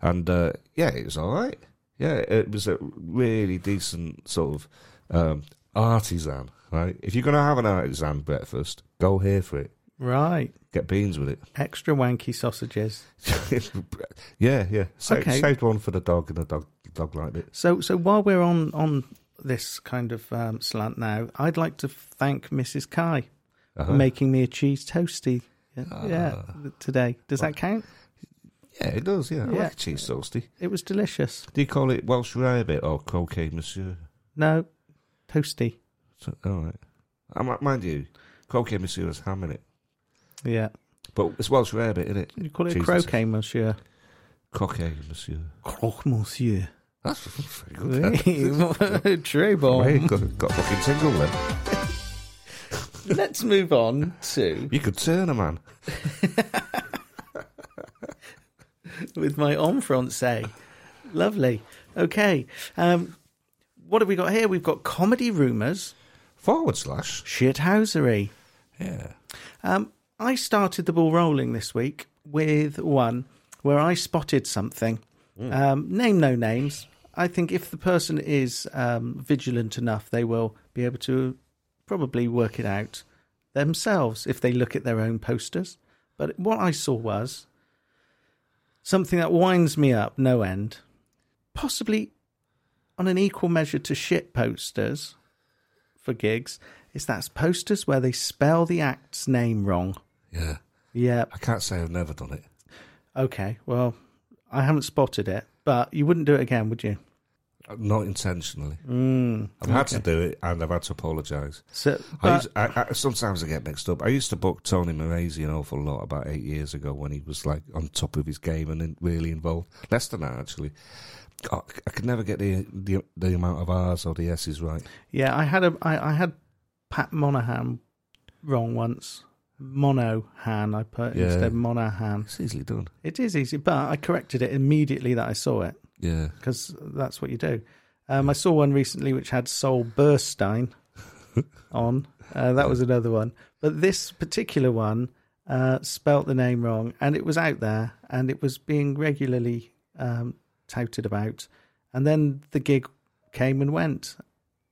D: and uh, yeah, it was all right. Yeah, it was a really decent sort of um, artisan. Right, if you're going to have an artisan breakfast, go here for it.
C: Right.
D: Get beans with
C: Extra wanky sausages.
D: it. yeah, yeah. Sa-
C: Okay.
D: Saved one for the dog, and the dog dog liked it.
C: So, so while we're on on this kind of um, slant now, I'd like to thank Mrs. Kai
D: Uh-huh.
C: for making me a cheese toasty. Yeah, yeah, today. Does that count?
D: Yeah, it does. Yeah, I
C: Yeah.
D: like a cheese toasty.
C: It was delicious.
D: Do you call it Welsh rarebit or croquet, monsieur?
C: No, toasty.
D: So, all right. I mi- mind you, croquet monsieur has ham in it,
C: Yeah,
D: but it's Welsh rarebit, isn't it?
C: you call it a
D: Jesus.
C: croquet, monsieur.
D: Croquet, monsieur.
C: Croque, monsieur.
D: That's very good. then.
C: True,
D: Hey,
C: boy.
D: got, got a fucking tingle then.
C: Let's move on to
D: You could turn a man.
C: with my enfrancais. Lovely. Okay. Um, what have we got here? We've got comedy rumours,
D: Forward slash.
C: shithousery.
D: Yeah.
C: Um, I started the ball rolling this week with one where I spotted something. Um, name no names. I think if the person is um, vigilant enough, they will be able to probably work it out themselves if they look at their own posters. But what I saw was something that winds me up no end, possibly on an equal measure to shit posters for gigs is that's posters where they spell the act's name wrong.
D: Yeah.
C: Yeah.
D: I can't say I've never done it.
C: Okay. Well, I haven't spotted it, but you wouldn't do it again, would you? Mm.
D: Uh, Not intentionally. I've had to do it and I've had to apologise.
C: So,
D: I,
C: but-
D: used, I, I sometimes I get mixed up. I used to book Tony Morazzi an awful lot about eight years ago when he was like on top of his game and in- really involved. Less than that actually. God, I could never get the, the the amount of R's or the S's right.
C: yeah, I had a I, I had Pat Monahan wrong once. Monohan, I put
D: Yeah.
C: instead of Monahan.
D: It's easily done.
C: It is easy, but I corrected it immediately that I saw it
D: Yeah.
C: because that's what you do. Um, I saw one recently which had Sol Burstein on. Uh, that was another one. But this particular one uh, spelt the name wrong and it was out there and it was being regularly um, touted about. And then the gig came and went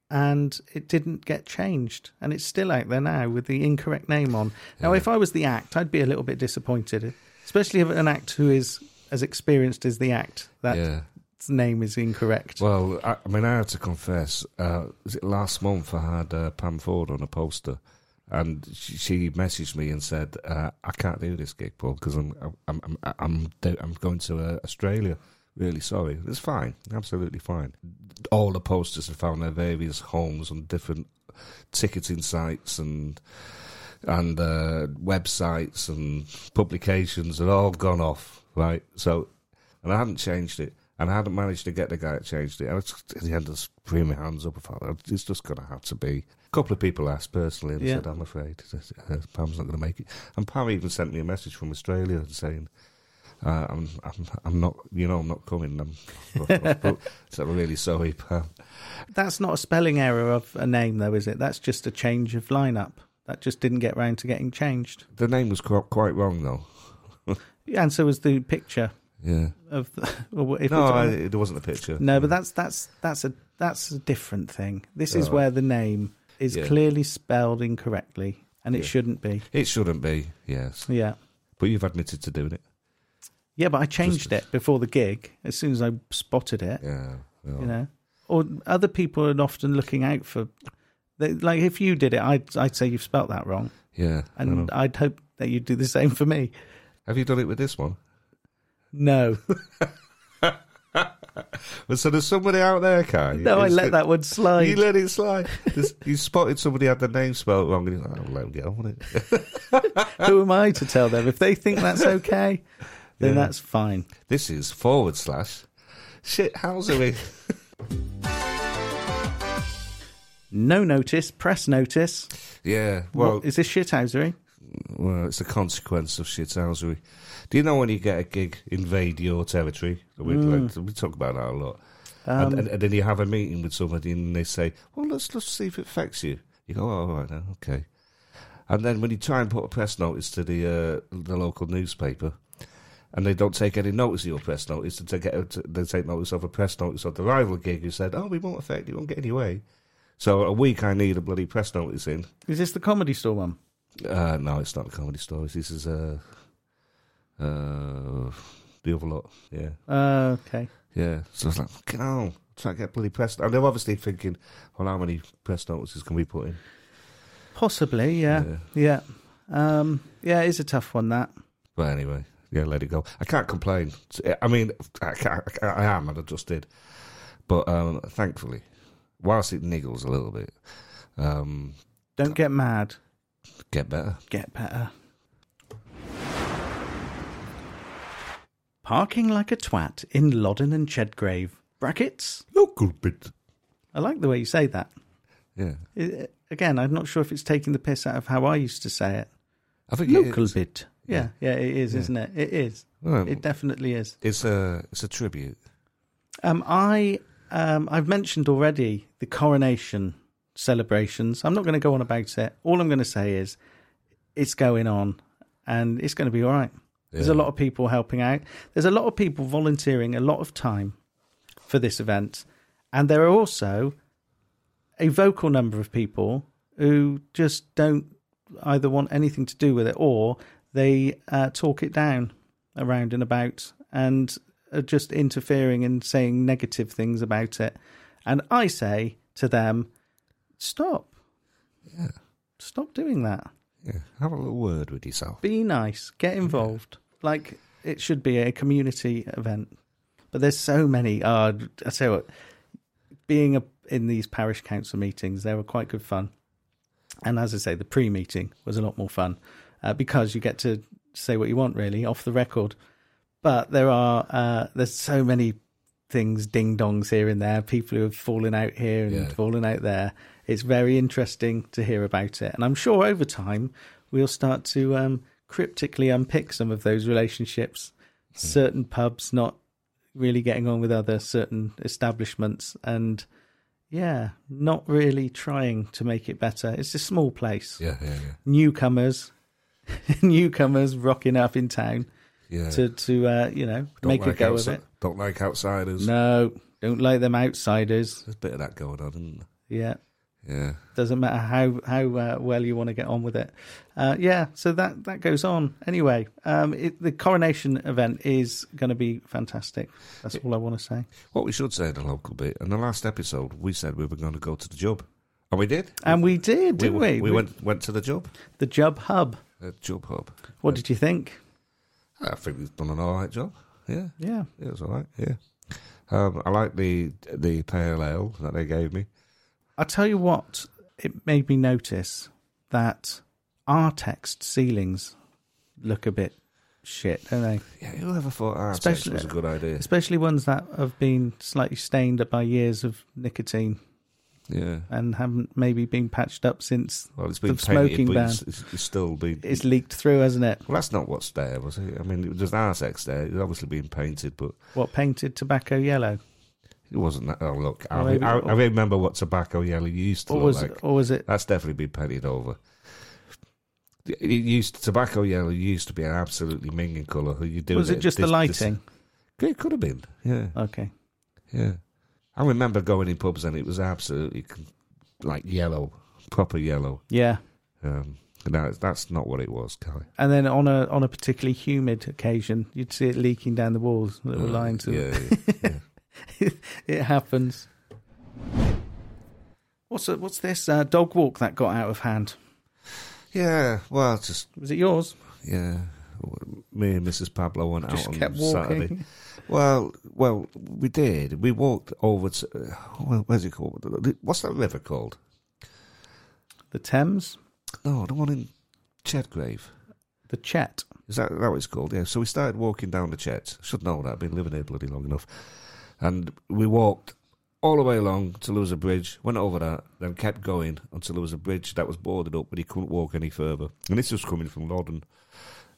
C: and it didn't get changed. And it's still out there now with the incorrect name on. Now, if I was the act, I'd be a little bit disappointed, especially if an act who is as experienced as the act that
D: Yeah.
C: its name is incorrect.
D: Well, I, I mean, I have to confess. Uh, was it last month I had uh, Pam Ford on a poster, and she, she messaged me and said, uh, "I can't do this gig, Paul, because I'm I'm I'm I'm, do- I'm going to uh, Australia. Really sorry. It's fine, absolutely fine. All the posters are found their various homes on different ticketing sites and." And uh, websites and publications had all gone off, right? So and I hadn't changed it, and I hadn't managed to get the guy that changed it. I was just, at the end, I just threw my hands up and thought, it's just going to have to be. A couple of people asked personally and
C: Yeah.
D: said, I'm afraid uh, Pam's not going to make it. And Pam even sent me a message from Australia saying, uh, I'm, I'm, I'm not, you know, I'm not coming. I'm, so I'm really sorry, Pam.
C: That's not a spelling error of a name, though, is it? That's just a change of lineup. That just didn't get round to getting changed.
D: The name was quite, quite wrong, though.
C: And so was the picture
D: Yeah.
C: of the. Well, if
D: No,
C: it's-
D: I, there wasn't a picture.
C: no, but that's that's that's a that's a different thing. This is
D: Oh.
C: where the name is
D: Yeah.
C: clearly spelled incorrectly, and it shouldn't be.
D: It shouldn't be, yes.
C: Yeah,
D: But you've admitted to doing it.
C: yeah, but I changed it before the gig. As soon as I spotted it,
D: Yeah. yeah.
C: you know, or other people are often looking out for. They, like if you did it, I'd I'd say you've spelt that wrong.
D: yeah. I know.
C: and I'd hope that you'd do the same for me.
D: Have you done it with this one?
C: No.
D: But so there's somebody out there, Kai.
C: No, I
D: It's-
C: let that one slide.
D: You let it slide. There's- you spotted somebody had their name spelled wrong, and you're like, "I'll let them get on with it."
C: Who am I to tell them? If they think that's okay, then that's fine.
D: This is forward slash shit. How's it?
C: No notice, press notice.
D: yeah.
C: Well,
D: Well,
C: is this shithousery?
D: well, it's a consequence of shithousery. Do you know when you get a gig invade your territory? We, like, we talk about that a lot. and, and, and then you have a meeting with somebody, and they say, "Well, let's let's see if it affects you." You go, "Oh, all right, then, okay." And then when you try and put a press notice to the uh, the local newspaper, and they don't take any notice of your press notice, they take, they take notice of a press notice of the rival gig who said, "Oh, we won't affect you, won't get in your way." So a week I need a bloody press notice in,
C: Is this the comedy store one?
D: uh, no, it's not the comedy stories. This is uh, uh, the other lot. Yeah,
C: Uh, okay.
D: yeah. So I was like, get on, try to get bloody press. And they're obviously thinking, well, how many press notices can we put in?
C: Possibly, yeah. Yeah. Um, yeah, it is a tough one, that.
D: But anyway, yeah, let it go. I can't complain. I mean, I, can't, I can't- I am, and I just did. But um, thankfully, whilst it niggles a little bit, um,
C: Don't get mad,
D: get better.
C: get better. Parking like a twat in Loddon and Chedgrave. Brackets?
D: Local bit.
C: I like the way you say that.
D: Yeah,
C: I- again, I'm not sure if it's taking the piss out of how I used to say it.
D: I think it-
C: Local bit. Yeah, yeah, it is, isn't it? It is.
D: Well,
C: It definitely is.
D: it's a it's a tribute.
C: Um, I um, I've mentioned already the coronation celebrations. I'm not going to go on about it. All I'm going to say is it's going on, and it's going to be all right. There's a lot of people helping out. There's a lot of people volunteering a lot of time for this event, and there are also a vocal number of people who just don't either want anything to do with it or they uh, talk it down around and about and are just interfering and saying negative things about it. And I say to them, stop. Stop doing that.
D: Yeah, have a little word with yourself.
C: Be nice. Get involved. Like it should be a community event. But there's so many. Uh, I tell you what, being a, in these parish council meetings, they were quite good fun. And as I say, the pre-meeting was a lot more fun uh, because you get to say what you want, really, off the record. But there are uh, there's so many things, ding dongs here and there, people who have fallen out here and
D: Yeah.
C: fallen out there. It's very interesting to hear about it, and I'm sure over time we'll start to um, cryptically unpick some of those relationships. Certain pubs not really getting on with other certain establishments, and yeah, not really trying to make it better. It's a small place.
D: Yeah, yeah, yeah.
C: Newcomers, newcomers rocking up in town
D: yeah.
C: to to uh, you know make a go of
D: outsi-
C: it.
D: Don't like outsiders.
C: No, don't like them outsiders.
D: There's a bit of that going on, isn't
C: Yeah,
D: there? Yeah.
C: doesn't matter how how uh, well you want to get on with it. Uh, yeah, so that that goes on anyway. Um, it, the coronation event is going to be fantastic. That's all I want to say.
D: What we should say in the local bit, in the last episode, we said we were going to go to the job. And we did.
C: And we did,
D: We,
C: didn't
D: we,
C: we?
D: went went to the job.
C: the Jub Hub.
D: Uh, job hub.
C: What did you think?
D: I think we've done an all right job. Yeah.
C: Yeah,
D: yeah it was all right. Yeah. Um, I like the the pale ale that they gave me.
C: I'll tell you what, it made me notice that our text ceilings look a bit shit, don't they?
D: Yeah, whoever thought Artex
C: Especially-
D: was a good idea?
C: Especially ones that have been slightly stained by years of nicotine
D: Yeah.
C: and haven't maybe been patched up since
D: Well, it's been
C: the smoking
D: painted, but
C: ban.
D: it's, it's, it's still been.
C: It's leaked through, hasn't it?
D: well, that's not what's there, was it? I mean, there's Artex there. It's obviously been painted, but
C: What painted tobacco yellow,
D: It wasn't that. Oh, look, I,
C: Or maybe-
D: I, I remember what tobacco yellow used to
C: or
D: look
C: was
D: like.
C: or was it?
D: That's definitely been painted over. It it used tobacco yellow used to be an absolutely minging colour. You do
C: Was it just the lighting?
D: it could have been. Yeah,
C: Okay,
D: yeah. I remember going in pubs and it was absolutely con- like yellow, proper yellow.
C: yeah.
D: Um, no, that's not what it was, Kai.
C: And then on a on a particularly humid occasion, you'd see it leaking down the walls, little lines. Of,
D: Mm, Yeah, yeah, yeah.
C: it happens. What's a, what's this uh, dog walk that got out of hand?
D: yeah. Well, it's just
C: Was it yours?
D: yeah. me and Mrs. Pablo went
C: Just
D: out on
C: kept
D: Saturday.
C: walking.
D: Well, well, we did. We walked over to well, where's it called? What's that river called?
C: The Thames,
D: No, the one in Chedgrave.
C: the Chet.
D: Is that that what it's called? Yeah. So we started walking down the Chet. Should know that. I've been living here bloody long enough. And we walked all the way along till there was a bridge. Went over that, then kept going until there was a bridge that was boarded up, but he couldn't walk any further. And this was coming from Loddon,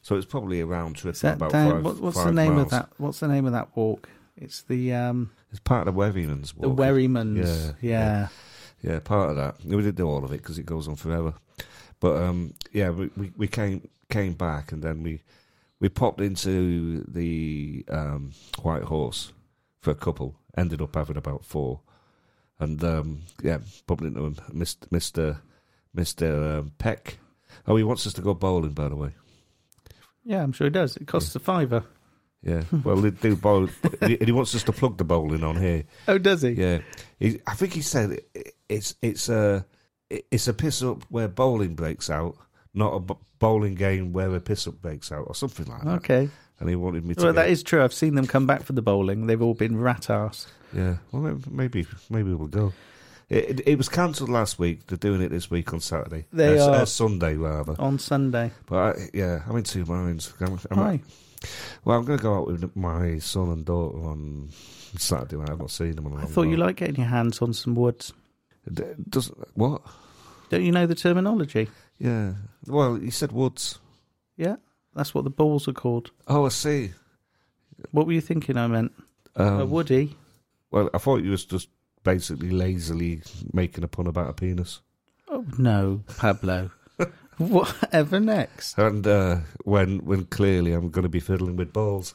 D: so it's probably a round trip.
C: Is
D: of
C: that
D: about
C: down?
D: five,
C: what, what's the
D: five
C: name
D: miles.
C: of that? What's the name of that walk? It's the um,
D: It's part of Wearyman's
C: the
D: walk.
C: Werrymans.
D: Yeah,
C: yeah.
D: Yeah, part of that. We didn't do all of it because it goes on forever. But um, yeah, we, we, we came came back and then we we popped into the um, White Horse for a couple. Ended up having about four, and um, yeah, bumped into him, Mister Mister Mister um, Peck. Oh, he wants us to go bowling, by the way.
C: Yeah, I'm sure it does. It costs a fiver.
D: Yeah, well, they do bowling. and he wants us to plug the bowling on here.
C: Oh, does he?
D: Yeah, he, I think he said it- it, it's it's a it's a piss up where bowling breaks out, not a b- bowling game where a piss up breaks out or something like that.
C: Okay.
D: And he wanted me to.
C: Well,
D: get-
C: that is true. I've seen them come back for the bowling. They've all been rat arse.
D: Yeah. Well, may- maybe maybe we'll go. It, it, it was cancelled last week. They're doing it this week on Saturday.
C: They
D: Uh, s-
C: are.
D: uh, Sunday rather.
C: on Sunday.
D: But I, yeah, I'm in two minds. I'm, I'm-
C: Hi.
D: well, I'm going to go out with my son and daughter on Saturday night. I've not seen them in a long
C: I thought you
D: while.
C: like getting your hands on some woods.
D: D- Does what?
C: Don't you know the terminology?
D: Yeah. Well, you said woods.
C: Yeah, that's what the balls are called.
D: Oh, I see.
C: What were you thinking? I meant
D: Um,
C: a woody.
D: Well, I thought you was just basically lazily making a pun about a penis.
C: Oh no, Pablo. Whatever next.
D: And uh, when when clearly I'm going to be fiddling with balls.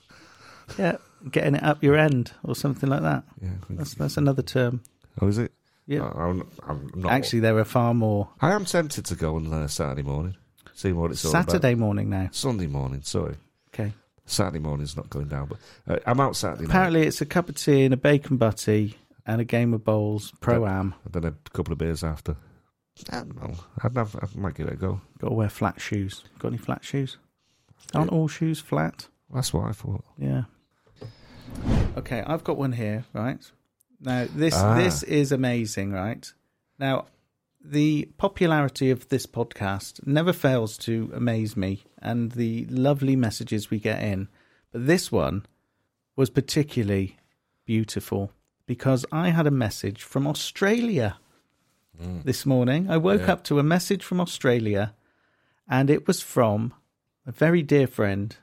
C: Yeah, getting it up your end or something like that.
D: Yeah. I think-
C: That's that's another term.
D: oh, is it?
C: Yeah.
D: I, am I'm not.
C: Actually, there are far more.
D: I am tempted to go on uh, Saturday morning. See what it's all about.
C: Saturday morning now.
D: Sunday morning. Sorry,
C: Okay.
D: Saturday morning's not going down. But uh, I'm out Saturday night.
C: Apparently, it's a cup of tea and a bacon butty and a game of bowls pro am.
D: And then a couple of beers after. I don't know. I'd have, I might give it a go.
C: Got to wear flat shoes. Got any flat shoes? Aren't all shoes flat?
D: That's what I thought.
C: Yeah. Okay, I've got one here, right? Now this
D: Ah.
C: this is amazing, right? Now the popularity of this podcast never fails to amaze me and the lovely messages we get in. But this one was particularly beautiful because I had a message from Australia this morning. I woke up to a message from Australia and it was from a very dear friend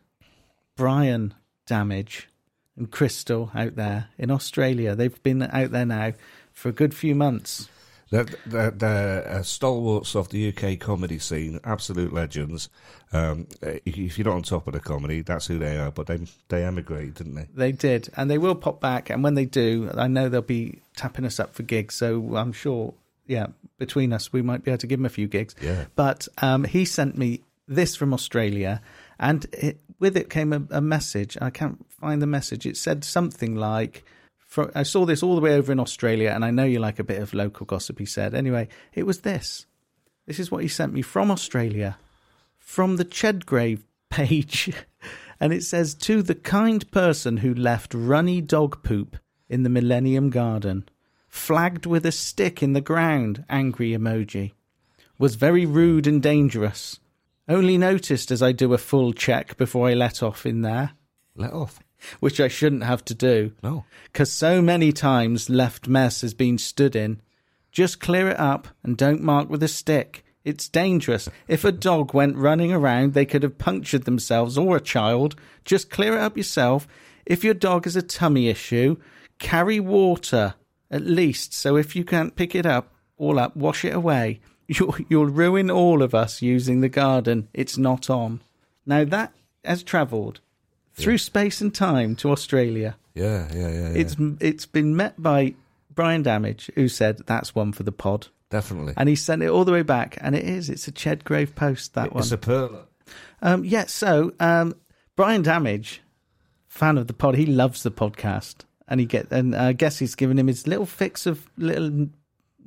C: Brian Damage and Crystal out there in Australia. They've been out there now for a good few months.
D: They're, they're, they're uh, stalwarts of the UK comedy scene, absolute legends. Um, uh, if if you're not on top of the comedy, that's who they are. But they they emigrated, didn't they?
C: They did, and they will pop back. And when they do, I know they'll be tapping us up for gigs. So I'm sure, yeah, between us, we might be able to give them a few gigs.
D: Yeah.
C: But um, he sent me this from Australia, and it, with it came a, a message. I can't find the message. It said something like, fro- I saw this all the way over in Australia, and I know you like a bit of local gossip, he said. Anyway, it was this. This is what he sent me from Australia, from the Chedgrave page. And it says, To the kind person who left runny dog poop in the Millennium Garden, flagged with a stick in the ground, angry emoji, was very rude and dangerous. Only noticed as I do a full check before I let off in there,
D: Let off.
C: which I shouldn't have to do
D: No.
C: because so many times left mess has been stood in. Just clear it up and don't mark with a stick. It's dangerous. If a dog went running around, they could have punctured themselves or a child. Just clear it up yourself. If your dog has a tummy issue, carry water at least. So if you can't pick it up, all up, wash it away. You'll, you'll ruin all of us using the garden. It's not on. Now that has travelled through space and time to Australia.
D: Yeah, yeah, yeah. yeah.
C: It's it's been met by Brian Damage, who said that's one for the pod,
D: definitely.
C: and he sent it all the way back, and it is. It's a Chedgrave post that one.
D: It's a pearl.
C: Um, yeah. So um, Brian Damage, fan of the pod, he loves the podcast, and he get and I guess he's given him his little fix of little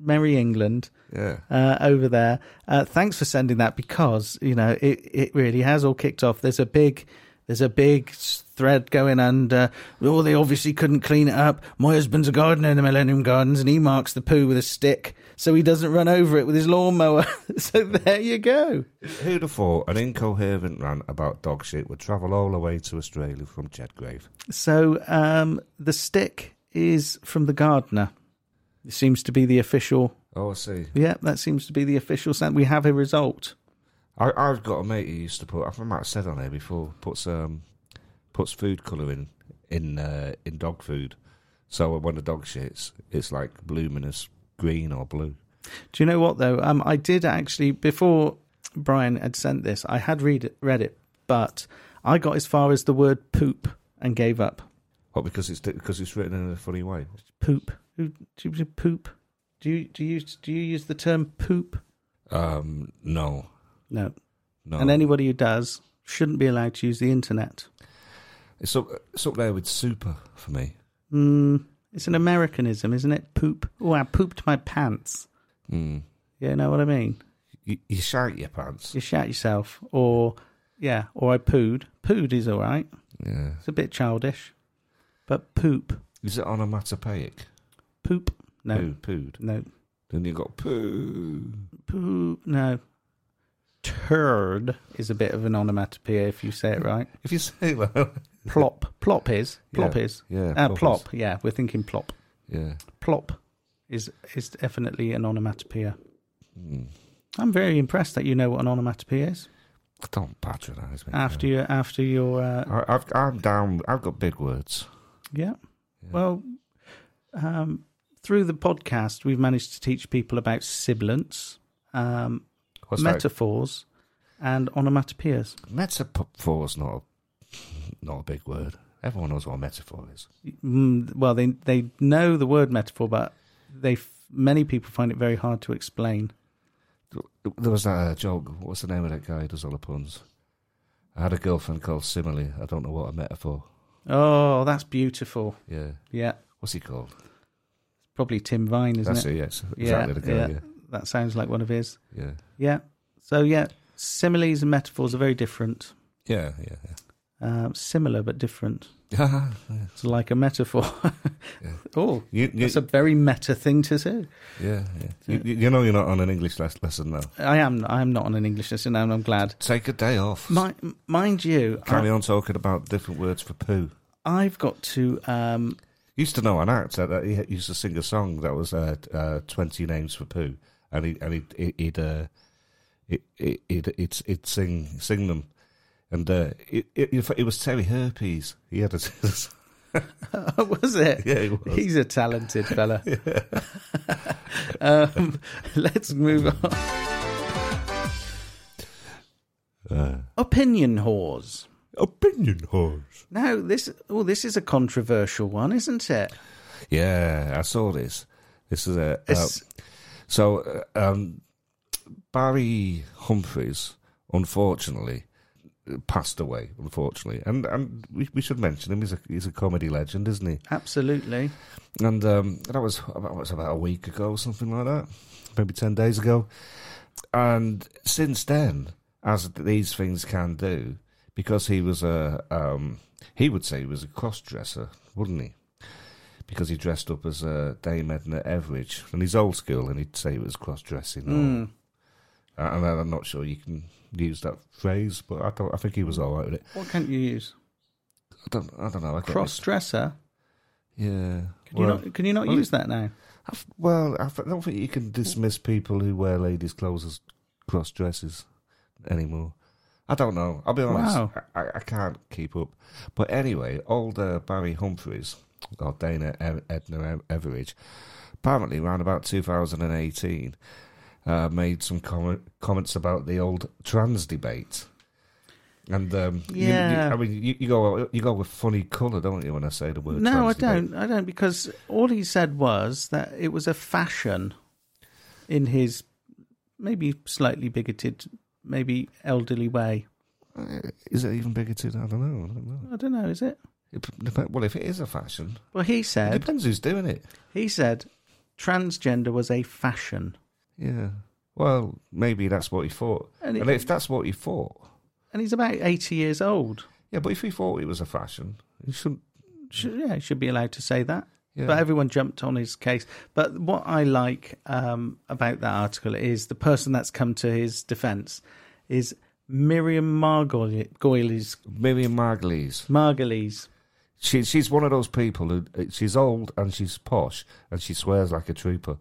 C: merry England
D: Yeah.
C: uh, over there. Uh, thanks for sending that because you know it, it really has all kicked off. There's a big There's a big s- thread going under. Oh, they obviously couldn't clean it up. My husband's a gardener in the Millennium Gardens, and he marks the poo with a stick so he doesn't run over it with his lawnmower. so there you go.
D: Who'd have thought an incoherent rant about dog shit would travel all the way to Australia from Chedgrave?
C: So um, the stick is from the gardener. It seems to be the official.
D: Oh, I see.
C: Yeah, that seems to be the official sound. We have a result.
D: I, I've got a mate who used to put. I might have said on here before. Puts um, puts food colouring in uh, in dog food. So when the dog shits, it's like luminous green or blue.
C: Do you know what though? Um, I did actually before Brian had sent this. I had read it, read it, but I got as far as the word poop and gave up.
D: What? Because it's because it's written in a funny way.
C: Poop. Who- Do you poop? Do you do you do you use the term poop?
D: Um, no,
C: No.
D: no.
C: And anybody who does shouldn't be allowed to use the internet.
D: it's up it's up there with super for me.
C: Mm, it's an Americanism, isn't it? Poop. Oh, I pooped my pants.
D: Mm.
C: You know what I mean?
D: You, you shite your pants.
C: You shout yourself, or yeah, or I pooed. Pooed is all right.
D: Yeah.
C: It's a bit childish, but poop,
D: Is it onomatopoeic?
C: poop. No,
D: Poo, pooed.
C: no,
D: Then you got poo.
C: poop. No, turd is a bit of an onomatopoeia if you say it right.
D: If you say that,
C: Plop, plop is plop
D: Yeah,
C: is
D: yeah,
C: uh,
D: plop is.
C: plop. Yeah, we're thinking plop.
D: yeah.
C: Plop is is definitely an onomatopoeia.
D: Mm.
C: I'm very impressed that you know what an onomatopoeia is.
D: Don't patronise me.
C: after your after your uh,
D: I, I've, I'm down. I've got big words.
C: yeah. Well, um, through the podcast, we've managed to teach people about sibilants, um,
D: What's
C: metaphors, and onomatopoeias.
D: that? Metaphor's not a, not a big word. Everyone knows what a metaphor is.
C: Mm, well, they they know the word metaphor, but they f- many people find it very hard to explain.
D: There was that uh, joke. What's the name of that guy who does all the puns? I had a girlfriend called Simile. I don't know what a metaphor.
C: Oh, that's beautiful.
D: Yeah.
C: Yeah,
D: What's he called?
C: probably Tim Vine, isn't
D: That's
C: it?
D: it. Yes. Exactly the guy. Yeah.
C: That sounds like one of his.
D: Yeah. Yeah.
C: Yeah. So yeah, similes and metaphors are very different.
D: Yeah. yeah, yeah.
C: Uh, similar but different.
D: Ah, yeah.
C: It's like a metaphor. Oh,
D: you, you,
C: it's a very meta thing to say.
D: yeah, yeah. You, you- you know you're not on an English les- lesson now.
C: I am. I am not on an English lesson, and I'm glad.
D: Take a day off.
C: My, mind you,
D: Carry
C: I,
D: on talking about different words for poo.
C: I've got to. Um,
D: Used to know an actor that he used to sing a song that was uh, uh, twenty names for poo, and he and he'd he'd he'd, uh, he- he- he'd, he'd, he'd sing sing them, and uh, it, it it was Terry Herpes. He had a
C: was it?
D: yeah, it was.
C: He's a talented fella. um, let's move on.
D: Uh,
C: Opinion whores.
D: opinion horse.
C: Now this. Oh, this is a controversial one, isn't
D: Uh,
C: it?
D: Yeah, I saw this. This is a uh,
C: It's-
D: so uh, um, Barry Humphries, unfortunately. Passed away, unfortunately, and and we, we should mention him. He's a he's a comedy legend, isn't he?
C: absolutely.
D: and um, that was that was about a week ago or something like that, maybe ten days ago. And since then, as these things can do, because he was a um, he would say he was a cross dresser, wouldn't he? Because he dressed up as a Dame Edna Everidge, and he's old school, and he'd say it was cross dressing.
C: Mm.
D: And I'm not sure you can use that phrase, but I don't. I think he was all right with it.
C: What can't you use?
D: I don't. I don't know. I get
C: Cross dresser.
D: it. Yeah.
C: Can you
D: Well-
C: not? Can you not
D: well,
C: use that now?
D: I f- Well, I f- I don't think you can dismiss people who wear ladies' clothes as cross dresses anymore. I don't know. I'll be honest.
C: Wow.
D: I, I, I can't keep up. But anyway, old uh, Barry Humphries, or Dana E- Edna E- Everidge, apparently around about 2018, uh, made some comment, comments about the old trans debate. And um, you- you-
C: Yeah.
D: I mean, you, you go you go with funny colour, don't you? When I say the word,
C: No, I
D: trans debate?
C: don't. I don't because all he said was that it was a fashion in his maybe slightly bigoted, maybe elderly way.
D: Uh, Is it even bigoted? I don't know. I don't know.
C: I don't know. Is it?
D: It p- depen- well, if it is a fashion,
C: Well, he
D: it
C: said
D: depends who's doing it.
C: he said transgender was a fashion,
D: Yeah. Well, maybe that's what he thought.
C: And
D: And,
C: it-
D: if that's what he thought,
C: and he's about eighty years old.
D: Yeah, but if he thought it was a fashion, he shouldn't.
C: Should, yeah, he should be allowed to say that.
D: Yeah.
C: But everyone jumped on his case. But what I like um, about that article is the person that's come to his defence is Miriam Margolyes.
D: Miriam Margulies.
C: Margolyes.
D: She, she's one of those people who uh, she's old and she's posh and she swears like a trooper.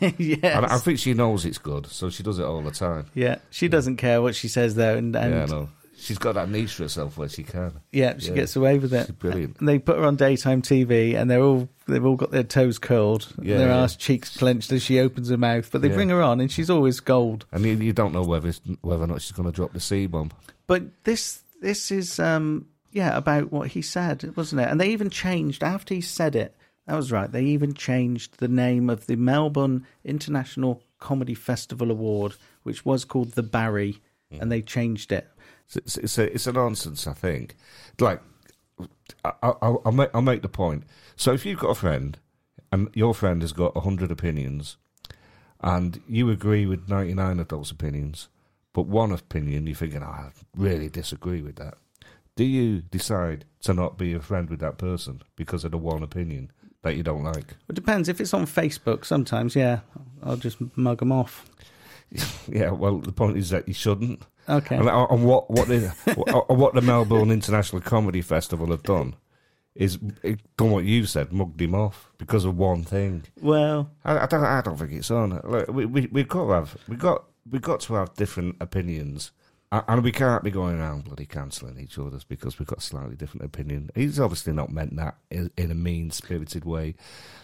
D: And I
C: yes.
D: think she knows it's good, so she does it all the time.
C: Yeah, she doesn't care what she says though, and, and
D: yeah, I
C: yeah,
D: know. She's got that niche for herself where she can.
C: she
D: Yeah.
C: gets away with it.
D: She's brilliant.
C: And they put her on daytime TV, and they're all they've all got their toes curled, and
D: Yeah,
C: their
D: yeah.
C: ass cheeks clenched as she opens her mouth. But they
D: Yeah.
C: bring her on, and she's always gold.
D: And you, you don't know whether it's, whether or not she's going to drop the C bomb.
C: But this this is um yeah about what he said, wasn't it? And they even changed after he said it. That was right. They even changed the name of the Melbourne International Comedy Festival Award, which was called the Barry,
D: Mm.
C: and they changed it.
D: It's, it's, a, it's a nonsense, I think. Like, I, I, I'll, make, I'll make the point. So, if you've got a friend and your friend has got 100 opinions and you agree with 99 of those opinions, but one opinion you're thinking, "Oh, I really disagree with that, do you decide to not be a friend with that person because of the one opinion that you don't like?
C: It depends if it's on Facebook. Sometimes, yeah, I'll just mug them off.
D: Yeah, well, the point is that you shouldn't.
C: Okay.
D: And, uh, and what what the what, uh, what the Melbourne International Comedy Festival have done is it, done what you said, mugged him off because of one thing.
C: Well,
D: I, I don't I don't think it's on. Look, we we we've got to have we got we got to have different opinions. A- And we can't be going around bloody cancelling each other's because we've got slightly different opinion. He's obviously not meant that in in a mean spirited way,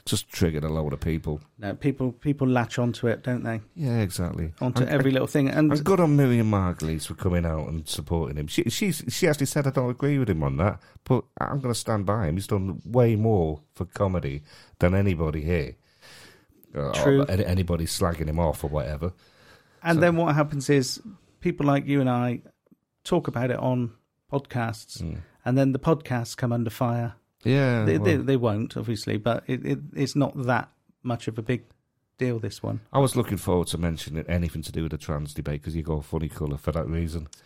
D: just triggered a load of people.
C: no, people people latch onto it, don't they?
D: Yeah, exactly.
C: Onto
D: And-
C: every little thing. And
D: And good on Miriam Margulies for coming out and supporting him. She she she actually said I don't agree with him on that, but I'm going to stand by him. He's done way more for comedy than anybody here. Uh, Or
C: True.
D: any- anybody slagging him off or whatever.
C: And then what happens is people like you and I talk about it on
D: Mm.
C: podcasts, and then the podcasts come under fire.
D: Yeah,
C: They, they,
D: well,
C: they won't, obviously, but it, it, it's not that much of a big deal, this one.
D: I was looking forward to mentioning anything to do with the trans debate because you go funny colour for that reason.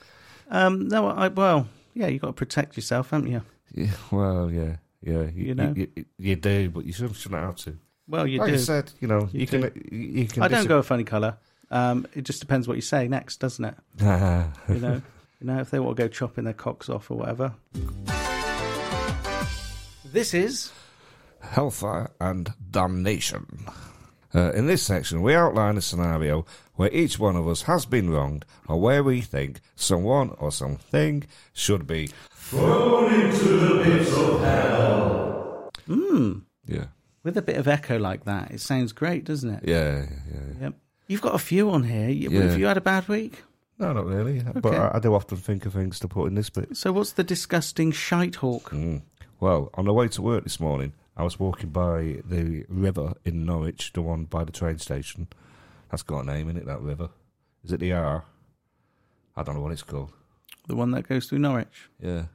C: Um, no, I, well, yeah, you've got to protect yourself, haven't you?
D: Yeah, well, yeah, yeah, you,
C: know.
D: you, you, you do, but you shouldn't, shouldn't have to.
C: Well, you
D: like
C: do.
D: you said, you know, you,
C: You
D: can
C: do.
D: you can.
C: I don't go a funny colour. Um, it just depends what you say next, doesn't it?
D: go.
C: You know, you know, if they want to go chopping their cocks off or whatever. This is
D: Hellfire and Damnation. Uh, in this section, we outline a scenario where each one of us has been wronged or where we think someone or something should be thrown into
C: with a bit of echo like that. It sounds great, doesn't it?
D: the pits of hell. Yeah, yeah, yeah.
C: Yep. You've got a few on here. You-
D: Yeah.
C: Have you had a bad week?
D: No, not really. But
C: Okay.
D: I, I do often think of things to put in this bit.
C: So what's the disgusting shite hawk?
D: Mm. Well, on the way to work this morning, I was walking by the river in Norwich, the one by the train station. That's got a name in it, that river. Is it the R? I don't know what it's called.
C: The one that goes through Norwich?
D: Yeah.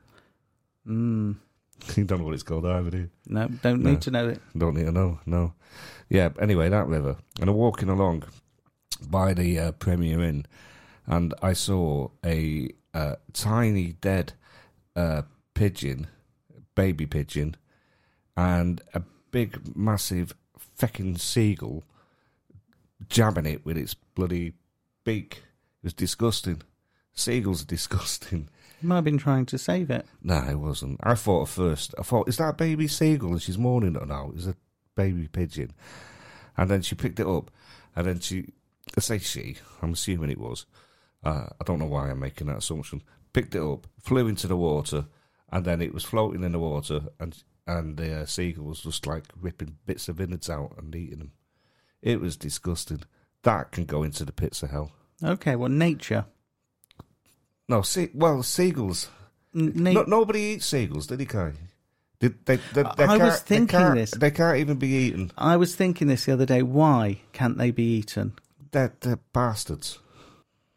C: Mm.
D: you don't know what it's called either, do you?
C: No, don't
D: No.
C: need to know it.
D: Don't need to know, no. Yeah, but anyway, that river. And I'm walking along by the uh, Premier Inn, and I saw a uh, tiny dead uh, pigeon, baby pigeon, and a big, massive, feckin' seagull jabbing it with its bloody beak. It was disgusting. Seagulls are disgusting.
C: You might have been trying to save it.
D: No, it wasn't. I thought at first, I thought, is that a baby seagull? And she's mourning it now. It's a baby pigeon. And then she picked it up, and then she, I say she, I'm assuming it was. Uh, I don't know why I'm making that assumption. Picked it up, flew into the water, and then it was floating in the water, and and the uh, seagull was just like ripping bits of innards out and eating them. It was disgusting. That can go into the pits of hell.
C: Okay, well, nature.
D: No, see, well, seagulls.
C: N- na-
D: No, nobody eats seagulls, did he, Kai? Did they, they, they
C: I was
D: can't- they
C: thinking
D: can't-
C: this.
D: They can't even be eaten.
C: I was thinking this the other day. Why can't they be eaten?
D: They're, they're bastards.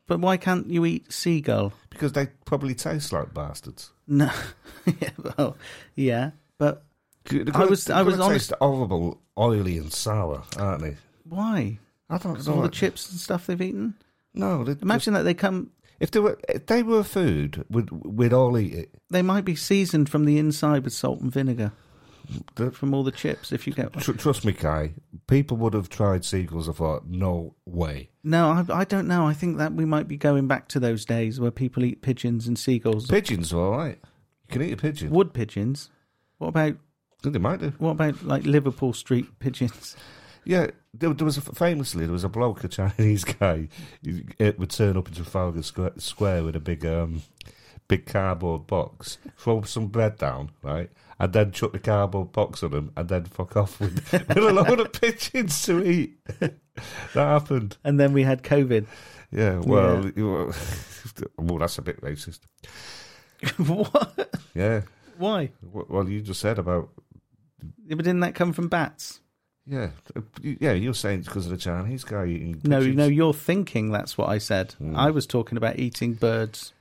C: But why can't you eat seagull?
D: Because they probably taste like bastards.
C: No. yeah, well, yeah, but
D: They're
C: I was- I
D: they're
C: was
D: gonna
C: honest-
D: taste horrible, oily and sour, aren't they?
C: why?
D: I don't
C: All
D: know.
C: the chips and stuff they've eaten?
D: No, they,
C: Imagine that they come
D: If they were, if they were food, we'd we'd all eat it.
C: They might be seasoned from the inside with salt and vinegar
D: The-
C: from all the chips. If you get one.
D: Tr- trust me, Kai. People would have tried seagulls. I thought, no way.
C: No, I, I don't know. I think that we might be going back to those days where people eat pigeons and seagulls,
D: Pigeons, are all right. You can eat a pigeon.
C: wood pigeons. What about
D: They might do.
C: what about like Liverpool street pigeons?
D: Yeah, there, there was a, famously there was a bloke, a Chinese guy, he- it would turn up in Trafalgar Square, Square with a big, um, big cardboard box, throw some bread down, right, and then chuck the cardboard box on him, and then fuck off with, with a load of pigeons to eat. that happened.
C: And then we had COVID.
D: Yeah. Well, you were- well, that's a bit racist.
C: what?
D: Yeah.
C: Why?
D: Wh- Well, you just said about
C: Yeah, but didn't that come from bats?
D: yeah, yeah. You're saying it's because of the Chinese guy eating.
C: No,
D: pigeons.
C: no, you're thinking that's what I said.
D: Mm.
C: I was talking about eating birds.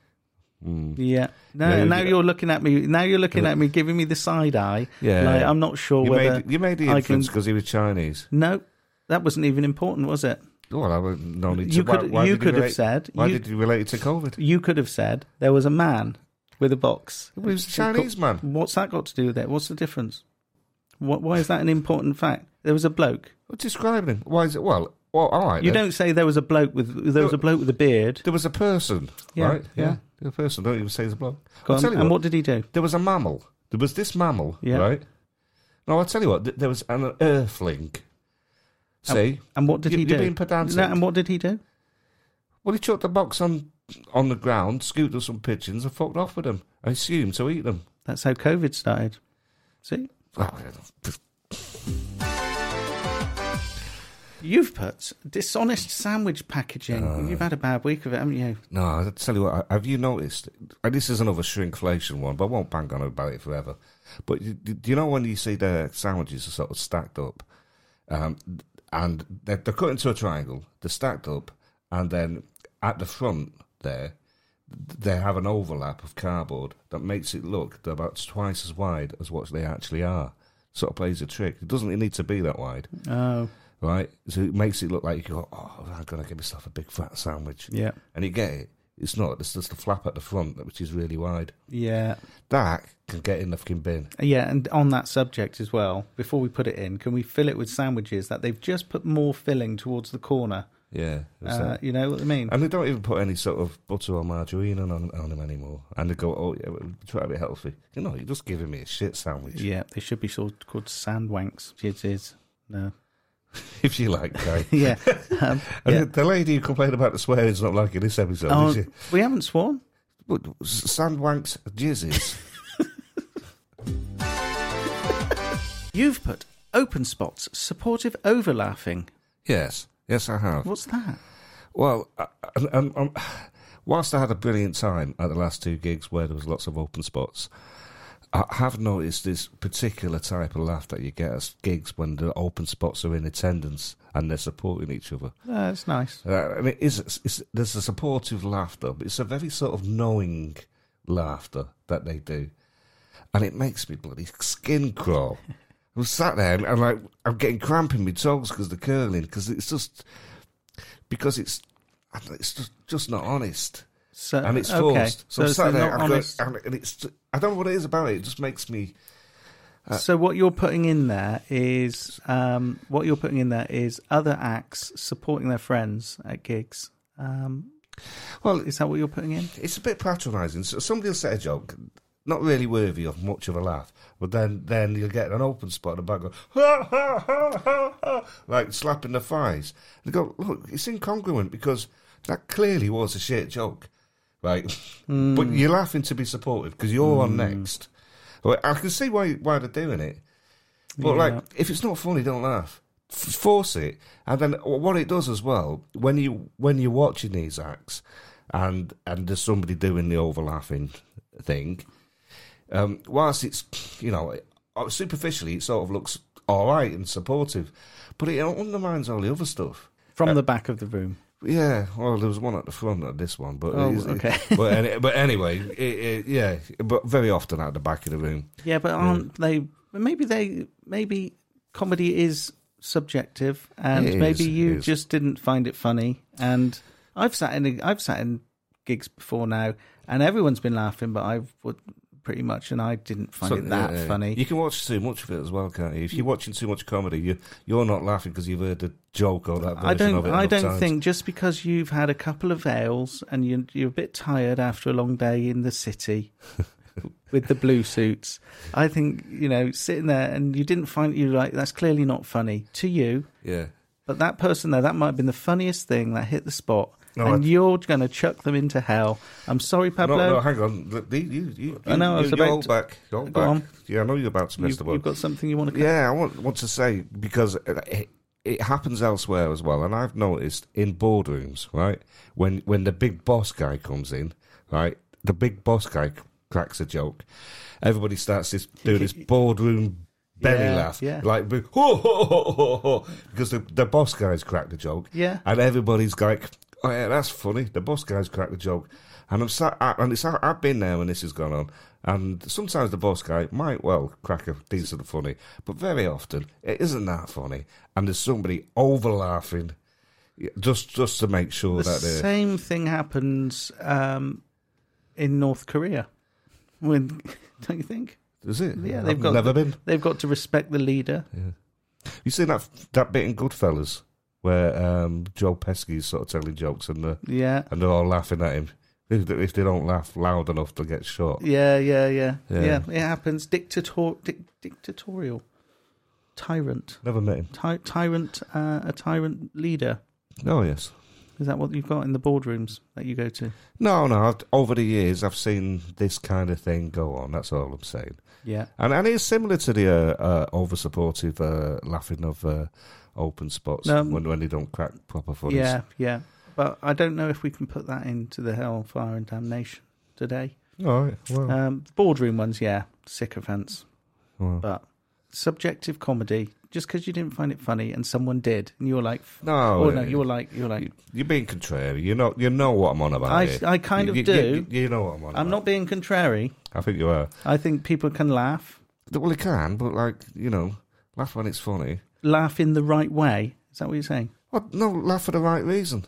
C: Yeah. No,
D: Yeah, Mm. you-
C: now you're looking at me. Now you're looking at me, giving me the side eye.
D: Yeah.
C: Like, I'm not sure
D: You
C: whether
D: made, you made the
C: I
D: inference
C: can-
D: because he was Chinese.
C: No, that wasn't even important, was it?
D: Well, I would no need to.
C: You
D: why-
C: could-
D: why
C: you
D: did
C: could have
D: relate-
C: said-
D: Why
C: you-
D: did you relate it to COVID?
C: You could have said there was a man with a box.
D: Well, he was a Chinese man.
C: What's that got to do with it? What's the difference? What, why is that an important fact? There was a bloke.
D: Well, Describe him. Why is it? Well, well, all right.
C: You
D: then.
C: don't say there was a bloke with there was a bloke with a beard.
D: There was a person,
C: Yeah,
D: right?
C: yeah.
D: a person. Don't even say it's a bloke.
C: Go
D: I'll
C: on.
D: tell you
C: And
D: what,
C: what did he do?
D: There was a mammal. There was this mammal,
C: Yeah.
D: right? No, I'll tell you what. th- There was an earthling.
C: Oh.
D: See,
C: And what did
D: You-
C: he
D: you're
C: do?
D: being pedantic.
C: No, and what did he do?
D: well, he chucked the box on on the ground, scooped up some pigeons, and fucked off with them. I assumed to eat them.
C: That's how COVID started. See, you've put dishonest sandwich packaging. you've had a bad week of it, haven't you?
D: No, I'll tell you what. Have you noticed? And this is another shrinkflation one, but I won't bang on about it forever. But you- do you know when you see the sandwiches are sort of stacked up, um, and they're, they're cut into a triangle, they're stacked up, and then at the front there, they have an overlap of cardboard that makes it look they're about twice as wide as what they actually are. Sort of plays a trick. It doesn't need to be that wide,
C: Oh,
D: right? So it makes it look like you go, oh, I'm going to give myself a big fat sandwich
C: yeah,
D: and you get it. It's not. It's just the flap at the front, which is really wide.
C: yeah,
D: That can get in the fucking bin.
C: yeah. And on that subject as well, before we put it in, can we fill it with sandwiches that they've just put more filling towards the corner?
D: Yeah. it's
C: Uh,
D: that.
C: you know what I mean?
D: and they don't even put any sort of butter or margarine on, on them anymore. And they go, oh, yeah, well, try to be healthy. You know, you're just giving me a shit sandwich,
C: Yeah, they should be sort called sandwanks. It is no,
D: if you like, Guy.
C: yeah. Um,
D: And
C: yeah.
D: the- the lady who complained about the swearing's not liking this episode,
C: Oh,
D: is she?
C: we haven't sworn.
D: But s- sandwanks jizzes.
C: You've put open spots, supportive overlapping.
D: yes. Yes, I have.
C: What's that?
D: Well, uh, I, I, i um, whilst I had a brilliant time at the last two gigs where there was lots of open spots, I have noticed this particular type of laugh that you get at gigs when the open spots are in attendance and they're supporting each other.
C: That's nice.
D: Uh, and it is it's, there's a supportive laughter, but it's a very sort of knowing laughter that they do, and it makes me bloody skin crawl. I'm sat there and I'm like I'm getting cramp in my toes because the curling because it's just because it's I don't- it's just, just not honest
C: So,
D: and it's
C: Uh, okay.
D: forced.
C: So,
D: So, I'm
C: so
D: sat there
C: not
D: I've
C: honest.
D: got, and and it's I don't know what it is about it. It just makes me
C: so what you're putting in there is um, what you're putting in there is other acts supporting their friends at gigs. Um,
D: well
C: is that what you're putting in?
D: it's a bit patronising. So somebody will say a joke, not really worthy of much of a laugh, but then then you'll get an open spot and the back go, ha, ha, ha, ha, ha, like slapping the thighs. And they go, look, it's incongruent because that clearly was a shit joke, right? But you're laughing to be supportive because you're on next. Well, I can see why why they're doing it, but
C: Yeah.
D: like if it's not funny, don't laugh. F- force it, and then what it does as well when you when you're watching these acts, and and there's somebody doing the overlapping thing, um, whilst it's you know uh, superficially it sort of looks all right and supportive, but it undermines all the other stuff.
C: From the back of the room.
D: Yeah, well, there was one at the front of this one, but
C: Oh,
D: it is-
C: okay.
D: but, any, but anyway, it, it, yeah, but very often at the back of the room.
C: Yeah, but aren't they? Maybe they. Maybe comedy is subjective, and
D: It is,
C: maybe
D: it
C: you
D: is.
C: just didn't find it funny. And I've sat in. A, I've sat in gigs before now, and everyone's been laughing, but I would pretty much, and I didn't find
D: Something-
C: it that
D: yeah, yeah.
C: funny. Mm.
D: You can watch too much of it as well, can't you? If you're watching too much comedy, you you're not laughing because you've heard the joke or that version
C: I
D: of
C: don't.
D: it.
C: I
D: enough
C: don't
D: times.
C: think just because you've had a couple of ales and you, you're a bit tired after a long day in the city with the blue suits, I think you know sitting there and you didn't find you like that's clearly not funny to you.
D: Yeah,
C: But that person there, that might have been the funniest thing that hit the spot,
D: No,
C: and
D: I-
C: you're going to chuck them into hell. I'm sorry,
D: no,
C: Pablo.
D: no, hang on. Look, You, you, you,
C: I know, I
D: You,
C: was
D: you
C: about
D: hold
C: to-
D: back. Hold
C: Go
D: back.
C: on.
D: Yeah, I know you're about to miss
C: you've,
D: the boat.
C: you've got something you want to.
D: Yeah, I want, want to say because it, it happens elsewhere as well, and I've noticed in boardrooms, right? When when the big boss guy comes in, right? The big boss guy c- cracks a joke. Everybody starts this doing this boardroom belly
C: Yeah,
D: laugh,
C: yeah.
D: like big, ho, ho, ho, ho, ho, because the the boss guy's cracked a joke,
C: Yeah.
D: and everybody's like, "Oh yeah, that's funny." The boss guy's cracked a joke, and I'm sat, I- and it's I've been there when this has gone on, and sometimes the boss guy might well crack a decent funny, but very often it isn't that funny, and there's somebody over laughing, yeah, just just to make sure
C: The
D: that they
C: same thing happens um, in North Korea. When don't you think?
D: is it.
C: Yeah,
D: I've
C: they've got
D: never been.
C: They've got to respect the leader.
D: You seen that that bit in Goodfellas where um, Joe Pesci's sort of telling jokes and the
C: Yeah.
D: and they're all laughing at him. If they, if they don't laugh loud enough, they'll get shot.
C: Yeah, yeah, yeah,
D: Yeah.
C: yeah. it happens. Dictator, dic- dictatorial, tyrant,
D: Never met him.
C: Ty- tyrant, uh, a tyrant leader.
D: Oh yes.
C: Is that what you've got in the boardrooms that you go to?
D: No, no. I've, over the years, I've seen this kind of thing go on. That's all I'm saying.
C: Yeah,
D: And and it's similar to the uh, uh, over supportive uh, laughing of uh, open spots
C: Um,
D: when when they don't crack proper funnies.
C: yeah, yeah. But I don't know if we can put that into the hellfire and damnation today.
D: All right. Well,
C: Um, boardroom ones, yeah, sycophants.
D: well.
C: But subjective comedy, just because you didn't find it funny and someone did, and you're like, f-
D: No,
C: oh no,
D: it-
C: you're like, you're like,
D: you're being contrary. You know, you know what I'm on about.
C: I-
D: here.
C: I kind
D: You-
C: of
D: you-
C: do.
D: You, you know what I'm on.
C: I'm
D: about.
C: not being contrary.
D: I think you are.
C: I think people can laugh.
D: Well, you can, but like you know, laugh when it's funny.
C: laugh in the right way. Is that what you're saying?
D: What? No, laugh for the right reason.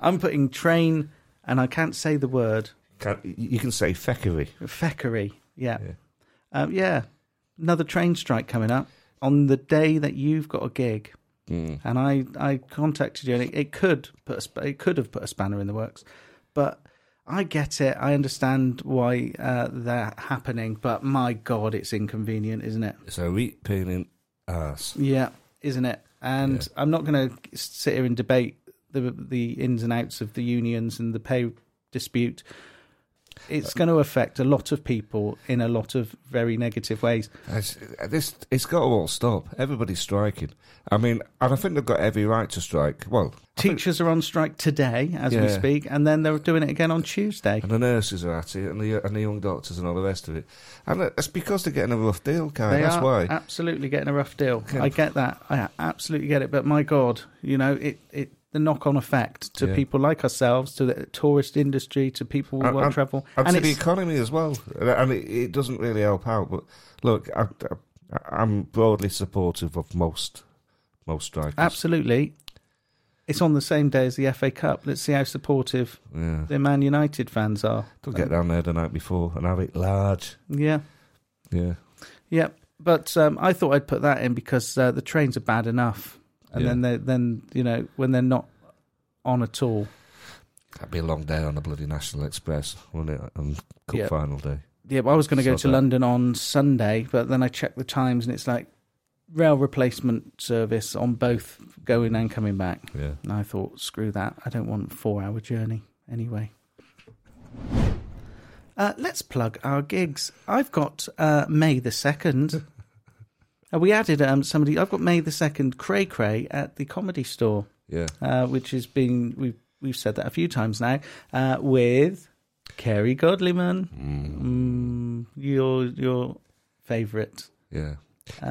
C: I'm putting train, and I can't say the word
D: Can, you can say feckery.
C: feckery. Yeah,
D: Yeah.
C: yeah. Um, yeah. Another train strike coming up on the day that you've got a gig,
D: Mm.
C: and I, I contacted you, and it, it could put a, sp- it could have put a spanner in the works, but I get it. I understand why uh, they're happening, but my God, it's inconvenient, isn't it?
D: It's a reet pain in ass.
C: Yeah, isn't it? And I'm not going to sit here and debate the the ins and outs of the unions and the pay dispute. It's
D: Um,
C: going to affect a lot of people in a lot of very negative ways.
D: It's, this, it's got to all stop. Everybody's striking. I mean, and I think they've got every right to strike. Well, I think-
C: Teachers are on strike today as we
D: Yeah.
C: speak, and then they're doing it again on Tuesday.
D: and the nurses are at it, and the and the young doctors and all the rest of it. And it's because they're getting a rough deal, Karen.
C: They
D: That's
C: are
D: why.
C: absolutely getting a rough deal. I get that. I absolutely get it. But my God, you know, it, it the knock on effect to
D: Yeah.
C: people like ourselves, to the tourist industry, to people who
D: And-
C: work
D: and-
C: travel,
D: and, to the
C: it's-
D: economy as well. And it, it doesn't really help out. But look, I, I, I'm broadly supportive of most most strikers.
C: Absolutely. It's on the same day as the FA Cup. Let's see how supportive
D: Yeah,
C: the Man United fans are.
D: they'll get down there the night before and have it large.
C: Yeah,
D: Yeah.
C: yeah. But um, I thought I'd put that in because uh, the trains are bad enough, and
D: Yeah.
C: then they then you know when they're not on at all.
D: That'd be a long day on the bloody National Express, wouldn't it? On Cup
C: Yeah.
D: final day.
C: Yeah, but I was going to go
D: Sod
C: to
D: that.
C: London on Sunday, but then I checked the times and it's like rail replacement service on both going and coming back.
D: Yeah.
C: And I thought, screw that. I don't want a four hour journey anyway. Uh, let's plug our gigs. I've got uh, May the 2nd. Uh, we added um, somebody. I've got May the 2nd, Cray Cray, at the comedy store,
D: Yeah.
C: uh, which has been, we've, we've said that a few times now, uh, with Kerry Godleyman, mm, your, your favourite. Uh,
D: Yeah.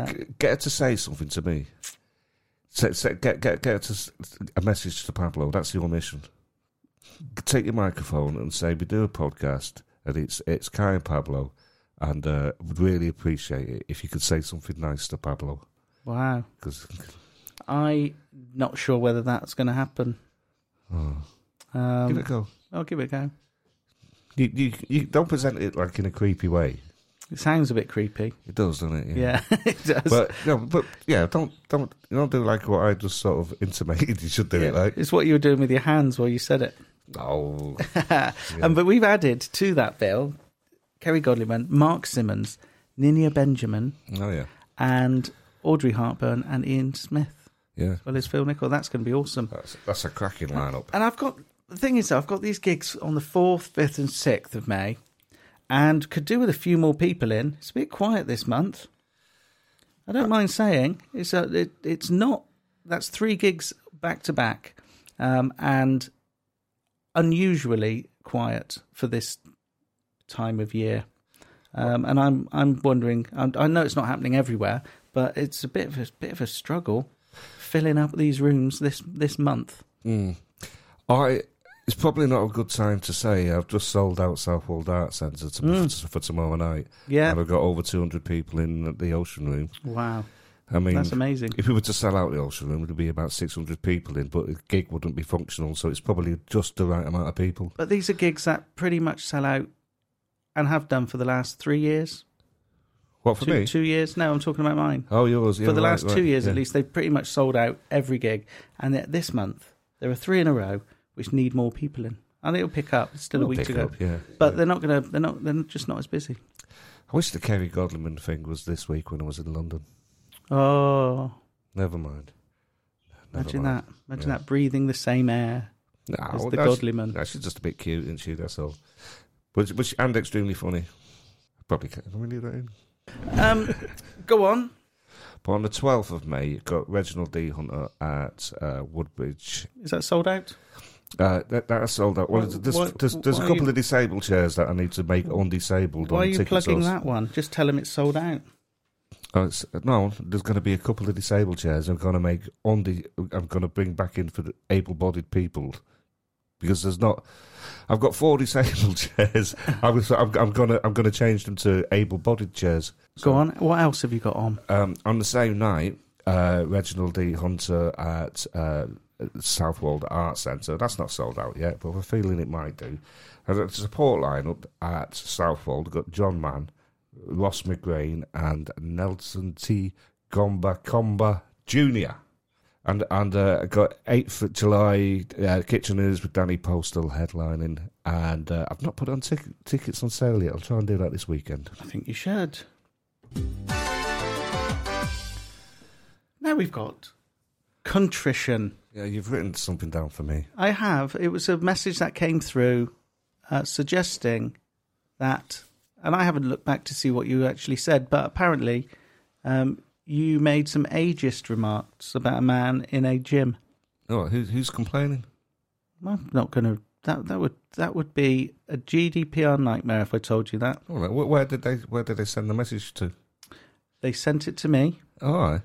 D: G- get her to say something to me. Say, say, get, get, get her to s- a message to Pablo. That's your mission. G- Take your microphone and say, We do a podcast, and it's, it's Kai and Pablo, and uh, would really appreciate it if you could say something nice to Pablo.
C: Wow.
D: Because
C: I'm not sure whether that's going to happen. Um,
D: Oh. Give it a go.
C: I'll give it a go.
D: You, you, you don't present it like in a creepy way.
C: It sounds a bit creepy.
D: It does, doesn't it?
C: Yeah, it does.
D: But no, but yeah, don't don't you don't do like what I just sort of intimated you should do it like.
C: it's what you were doing with your hands while you said it.
D: Oh,
C: Um, but we've added to that bill Kerry Godleyman, Mark Simmons, Ninia Benjamin,
D: oh yeah,
C: and Audrey Hartburn and Ian Smith.
D: yeah.
C: Well, it's Phil Nichol. That's going to be awesome.
D: That's that's a cracking lineup.
C: And I've got the thing is, I've got these gigs on the fourth, fifth, and sixth of May, and could do with a few more people in. It's a bit quiet this month. I don't mind saying it's a, it, it's not. That's three gigs back to back, um, and unusually quiet for this time of year. Um, and I'm I'm wondering. i I know it's not happening everywhere, but it's a bit of a bit of a struggle filling up these rooms this this month. Mm.
D: I it's probably not a good time to say I've just sold out Southwold Art Centre to, for tomorrow night.
C: Mm. Yeah.
D: and I've got over two hundred people in the Ocean Room.
C: Wow.
D: I mean,
C: That's amazing.
D: If we were to sell out the Ocean Room, it'd be about six hundred people in, but the gig wouldn't be functional. So it's probably just the right amount of people.
C: But these are gigs that pretty much sell out and have done for the last three years.
D: What for
C: two,
D: me?
C: two years? No, I'm talking about mine.
D: Oh, yours. Yeah,
C: for the
D: right,
C: last
D: right,
C: two years
D: yeah.
C: at least, they've pretty much sold out every gig. And yet this month, there are three in a row which need more people in. And it'll pick up. It's still a
D: It'll
C: week
D: pick
C: to go.
D: up, yeah.
C: But they're not gonna they're not they're just not as busy.
D: I wish the Kerry Godleman thing was this week when I was in London.
C: Oh
D: Never mind. Never
C: imagine
D: mind.
C: that. Imagine that breathing the same air.
D: Nah,
C: It's
D: well,
C: the
D: that's-
C: godly man.
D: That's just a bit cute, isn't she? That's all. Which, which and extremely funny. Probably can't. Can we leave that in?
C: Um go on.
D: But on the twelfth of May, you've got Reginald D Hunter at uh, Woodbridge.
C: Is that sold out?
D: Uh, that, that's sold out. Well,
C: Why-
D: there's,
C: why-
D: there's, there's a
C: why are
D: couple
C: you-
D: of disabled chairs that I need to make undisabled.
C: Why
D: on
C: are you
D: ticket
C: plugging
D: source.
C: that one? Just tell them it's sold out.
D: Oh, it's, no, there's going to be a couple of disabled chairs. I'm going to make on the. I'm going to bring back in for the able-bodied people because there's not. I've got four disabled chairs. I was. I'm, I'm gonna. I'm gonna change them to able-bodied chairs.
C: Go on. What else have you got on?
D: Um, on the same night, uh, Reginald D. Hunter at uh, Southwold Art Centre. That's not sold out yet, but we're feeling it might do. And the support lineup at Southwold got John Mann, Ross McGrain, and Nelson T. Gomba Comba Jr. And and uh, got eighth of July uh, Kitcheners with Danny Postal headlining, and uh, I've not put on tic- tickets on sale yet. I'll try and do that this weekend.
C: I think you should. Now we've got contrition.
D: Yeah, you've written something down for me.
C: I have. It was a message that came through uh, suggesting that, and I haven't looked back to see what you actually said, but apparently um, you made some ageist remarks about a man in a gym.
D: Oh, who's who's complaining?
C: I'm not going to. That, that would that would be a GDPR nightmare if I told you that.
D: All right, wh- where did they where did they send the message to?
C: They sent it to me
D: Oh, all right.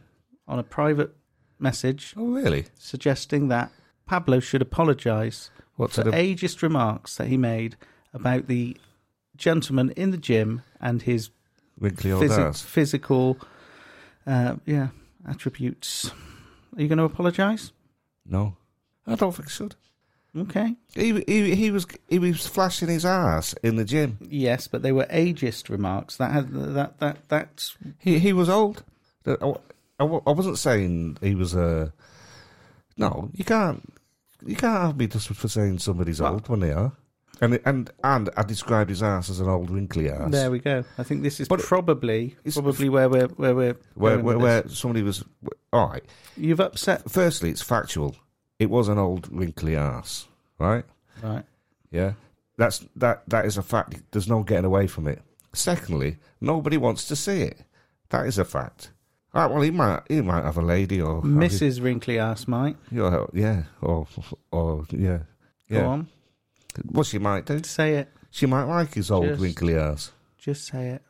C: on a private message
D: oh really?
C: suggesting that Pablo should apologise
D: What
C: for
D: to the
C: ageist remarks that he made about the gentleman in the gym and his
D: wrinkly old
C: physi-
D: ass?
C: physical, uh, yeah, attributes. Are you going to apologise?
D: No, I don't think it should.
C: Okay.
D: He, he he was he was flashing his ass in the gym.
C: Yes, but they were ageist remarks. That had that that that's
D: He he was old. I, I, I wasn't saying he was a. No, you can't you can't have me just for saying somebody's old when they are. And and and I described his ass as an old wrinkly ass.
C: there we go. I think this is
D: But-
C: probably
D: It's-
C: probably where we're where we're
D: where
C: going
D: where,
C: with this.
D: where somebody was. All right.
C: you've upset
D: Firstly, it's factual. It was an old wrinkly ass, right?
C: right.
D: Yeah, that's that. That is a fact. There's no getting away from it. Secondly, nobody wants to see it. That is a fact. Ah, well, he might he might have a lady or
C: Mrs. Wrinkly ass might
D: Yeah, yeah, or or yeah,
C: go
D: yeah.
C: on
D: What she might do,
C: say it.
D: she might like his old
C: Just-
D: wrinkly ass.
C: Just say it.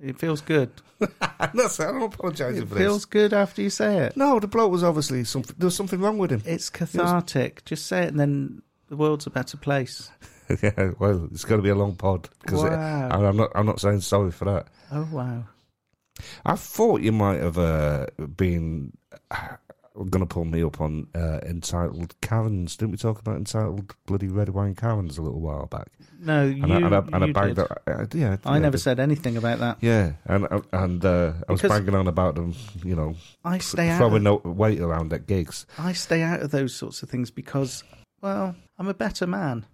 C: It feels good.
D: that's, I'm not apologising
C: It
D: for
C: feels
D: this.
C: good after you say it.
D: No, the bloke was obviously something. There was something wrong with him.
C: It's cathartic. Just say it, and then the world's a better place.
D: yeah, well, it's going to be a long pod because
C: Wow.
D: I'm not. I'm not saying sorry for that.
C: Oh wow!
D: I thought you might have uh, been going to pull me up on uh, entitled Karens. Didn't we talk about entitled bloody red wine Karens a little while back?
C: No, you,
D: And I, and I, and I
C: you
D: banged
C: did.
D: that. Uh, yeah,
C: I
D: yeah,
C: never
D: but-
C: said anything about that.
D: Yeah, and and uh, I was
C: Because-
D: banging on about them, you know,
C: I stay out.
D: throwing
C: Of,
D: no weight around at gigs,
C: I stay out of those sorts of things because, well, I'm a better man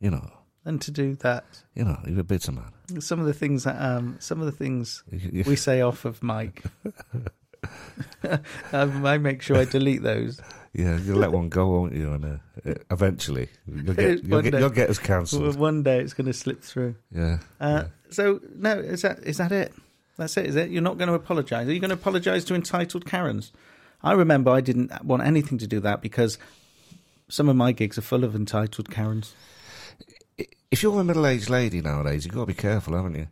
D: you know.
C: than to do that.
D: You know, you're a bitter man.
C: Some of the things that um, some of the things
D: You- you-
C: we say off of mic. um, I make sure I delete those.
D: Yeah, you'll let one go, won't you? And uh, eventually, you'll get, you'll
C: One
D: get,
C: day.
D: you'll get us
C: Well,
D: cancelled.
C: One day it's going to slip through.
D: Yeah.
C: Uh, So no, is that is that it? That's it, is it? You're not going to apologise. Are you going to apologise to entitled Karens? I remember I didn't want anything to do that because some of my gigs are full of entitled Karens.
D: if you're a middle-aged lady nowadays, you've got to be careful, haven't you?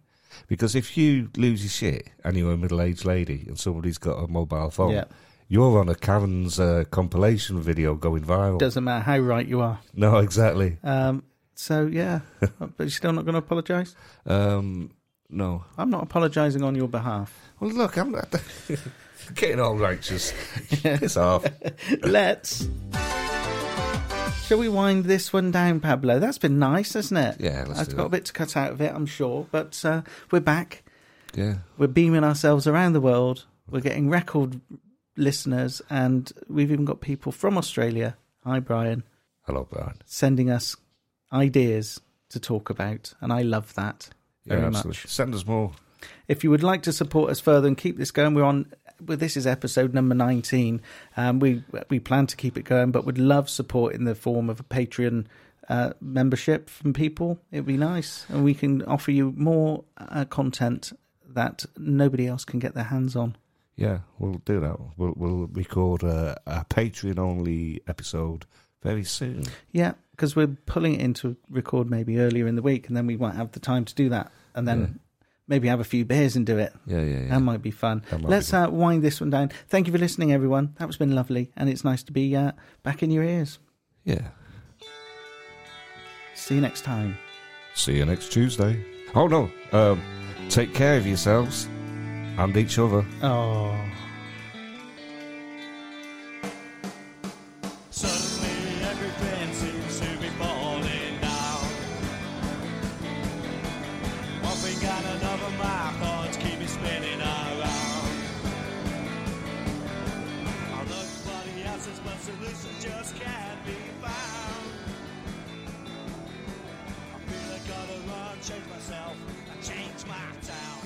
D: Because if you lose your shit and you're a middle-aged lady and somebody's got a mobile phone,
C: Yeah.
D: you're on a Karen's uh, compilation video going viral.
C: Doesn't matter how right you are.
D: no, exactly.
C: Um, so yeah, but you're still not going to apologise.
D: Um, no.
C: I'm not apologising on your behalf.
D: Well, look, I'm not getting all righteous. Piss off.
C: Let's. Shall we wind this one down, Pablo? That's been nice, hasn't it?
D: Yeah, let's
C: I've
D: do
C: got
D: that.
C: a bit to cut out of it, I'm sure, but uh, we're back.
D: Yeah.
C: We're beaming ourselves around the world. We're getting record listeners, and we've even got people from Australia. Hi, Brian,
D: Hello, Brian.
C: sending us ideas to talk about, and I love that very
D: yeah, absolutely.
C: much.
D: Send us more.
C: If you would like to support us further and keep this going, we're on. Well, this is episode number nineteen. Um, we we plan to keep it going, but would love support in the form of a Patreon uh, membership from people. It'd be nice, and we can offer you more uh, content that nobody else can get their hands on.
D: Yeah, we'll do that. We'll, we'll record a, a Patreon-only episode very soon.
C: Yeah, because we're pulling it into record maybe earlier in the week, and then we won't have the time to do that, and then. Maybe have a few beers and do it.
D: Yeah, yeah, yeah.
C: That might be fun.
D: That might be
C: Let's uh, wind this one down. Thank you for listening, everyone. That was been lovely, and it's nice to be uh, back in your ears.
D: Yeah.
C: See you next time.
D: See you next Tuesday. Oh no, um, take care of yourselves and each other.
C: Oh.
B: Suddenly everything seems to be falling down. Once we got another, my thoughts keep me spinning around. All nobody else's, but solution just can't be found. I feel I gotta run, change myself, and change my town.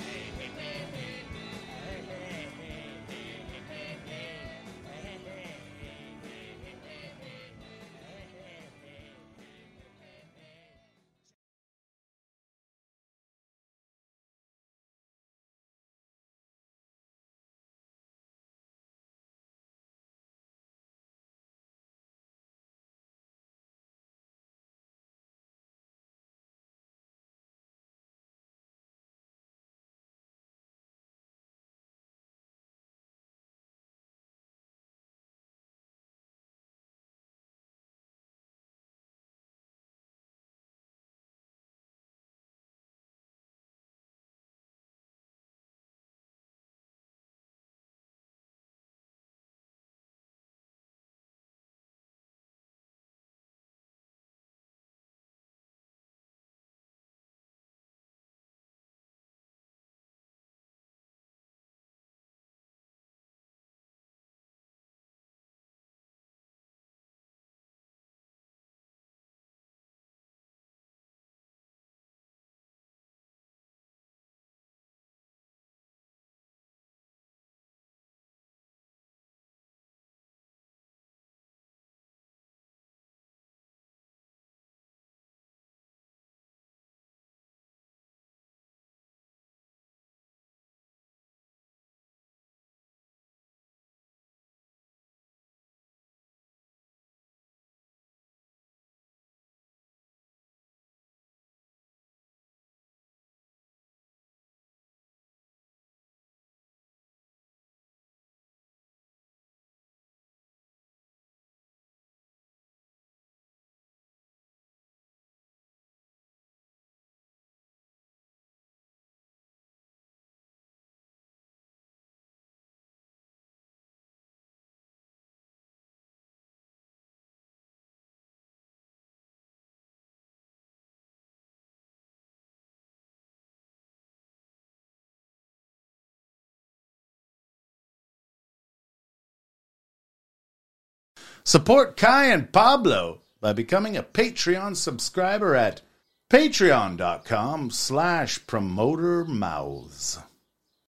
E: Support Kai and Pablo by becoming a Patreon subscriber at patreon.com slash promoter mouths.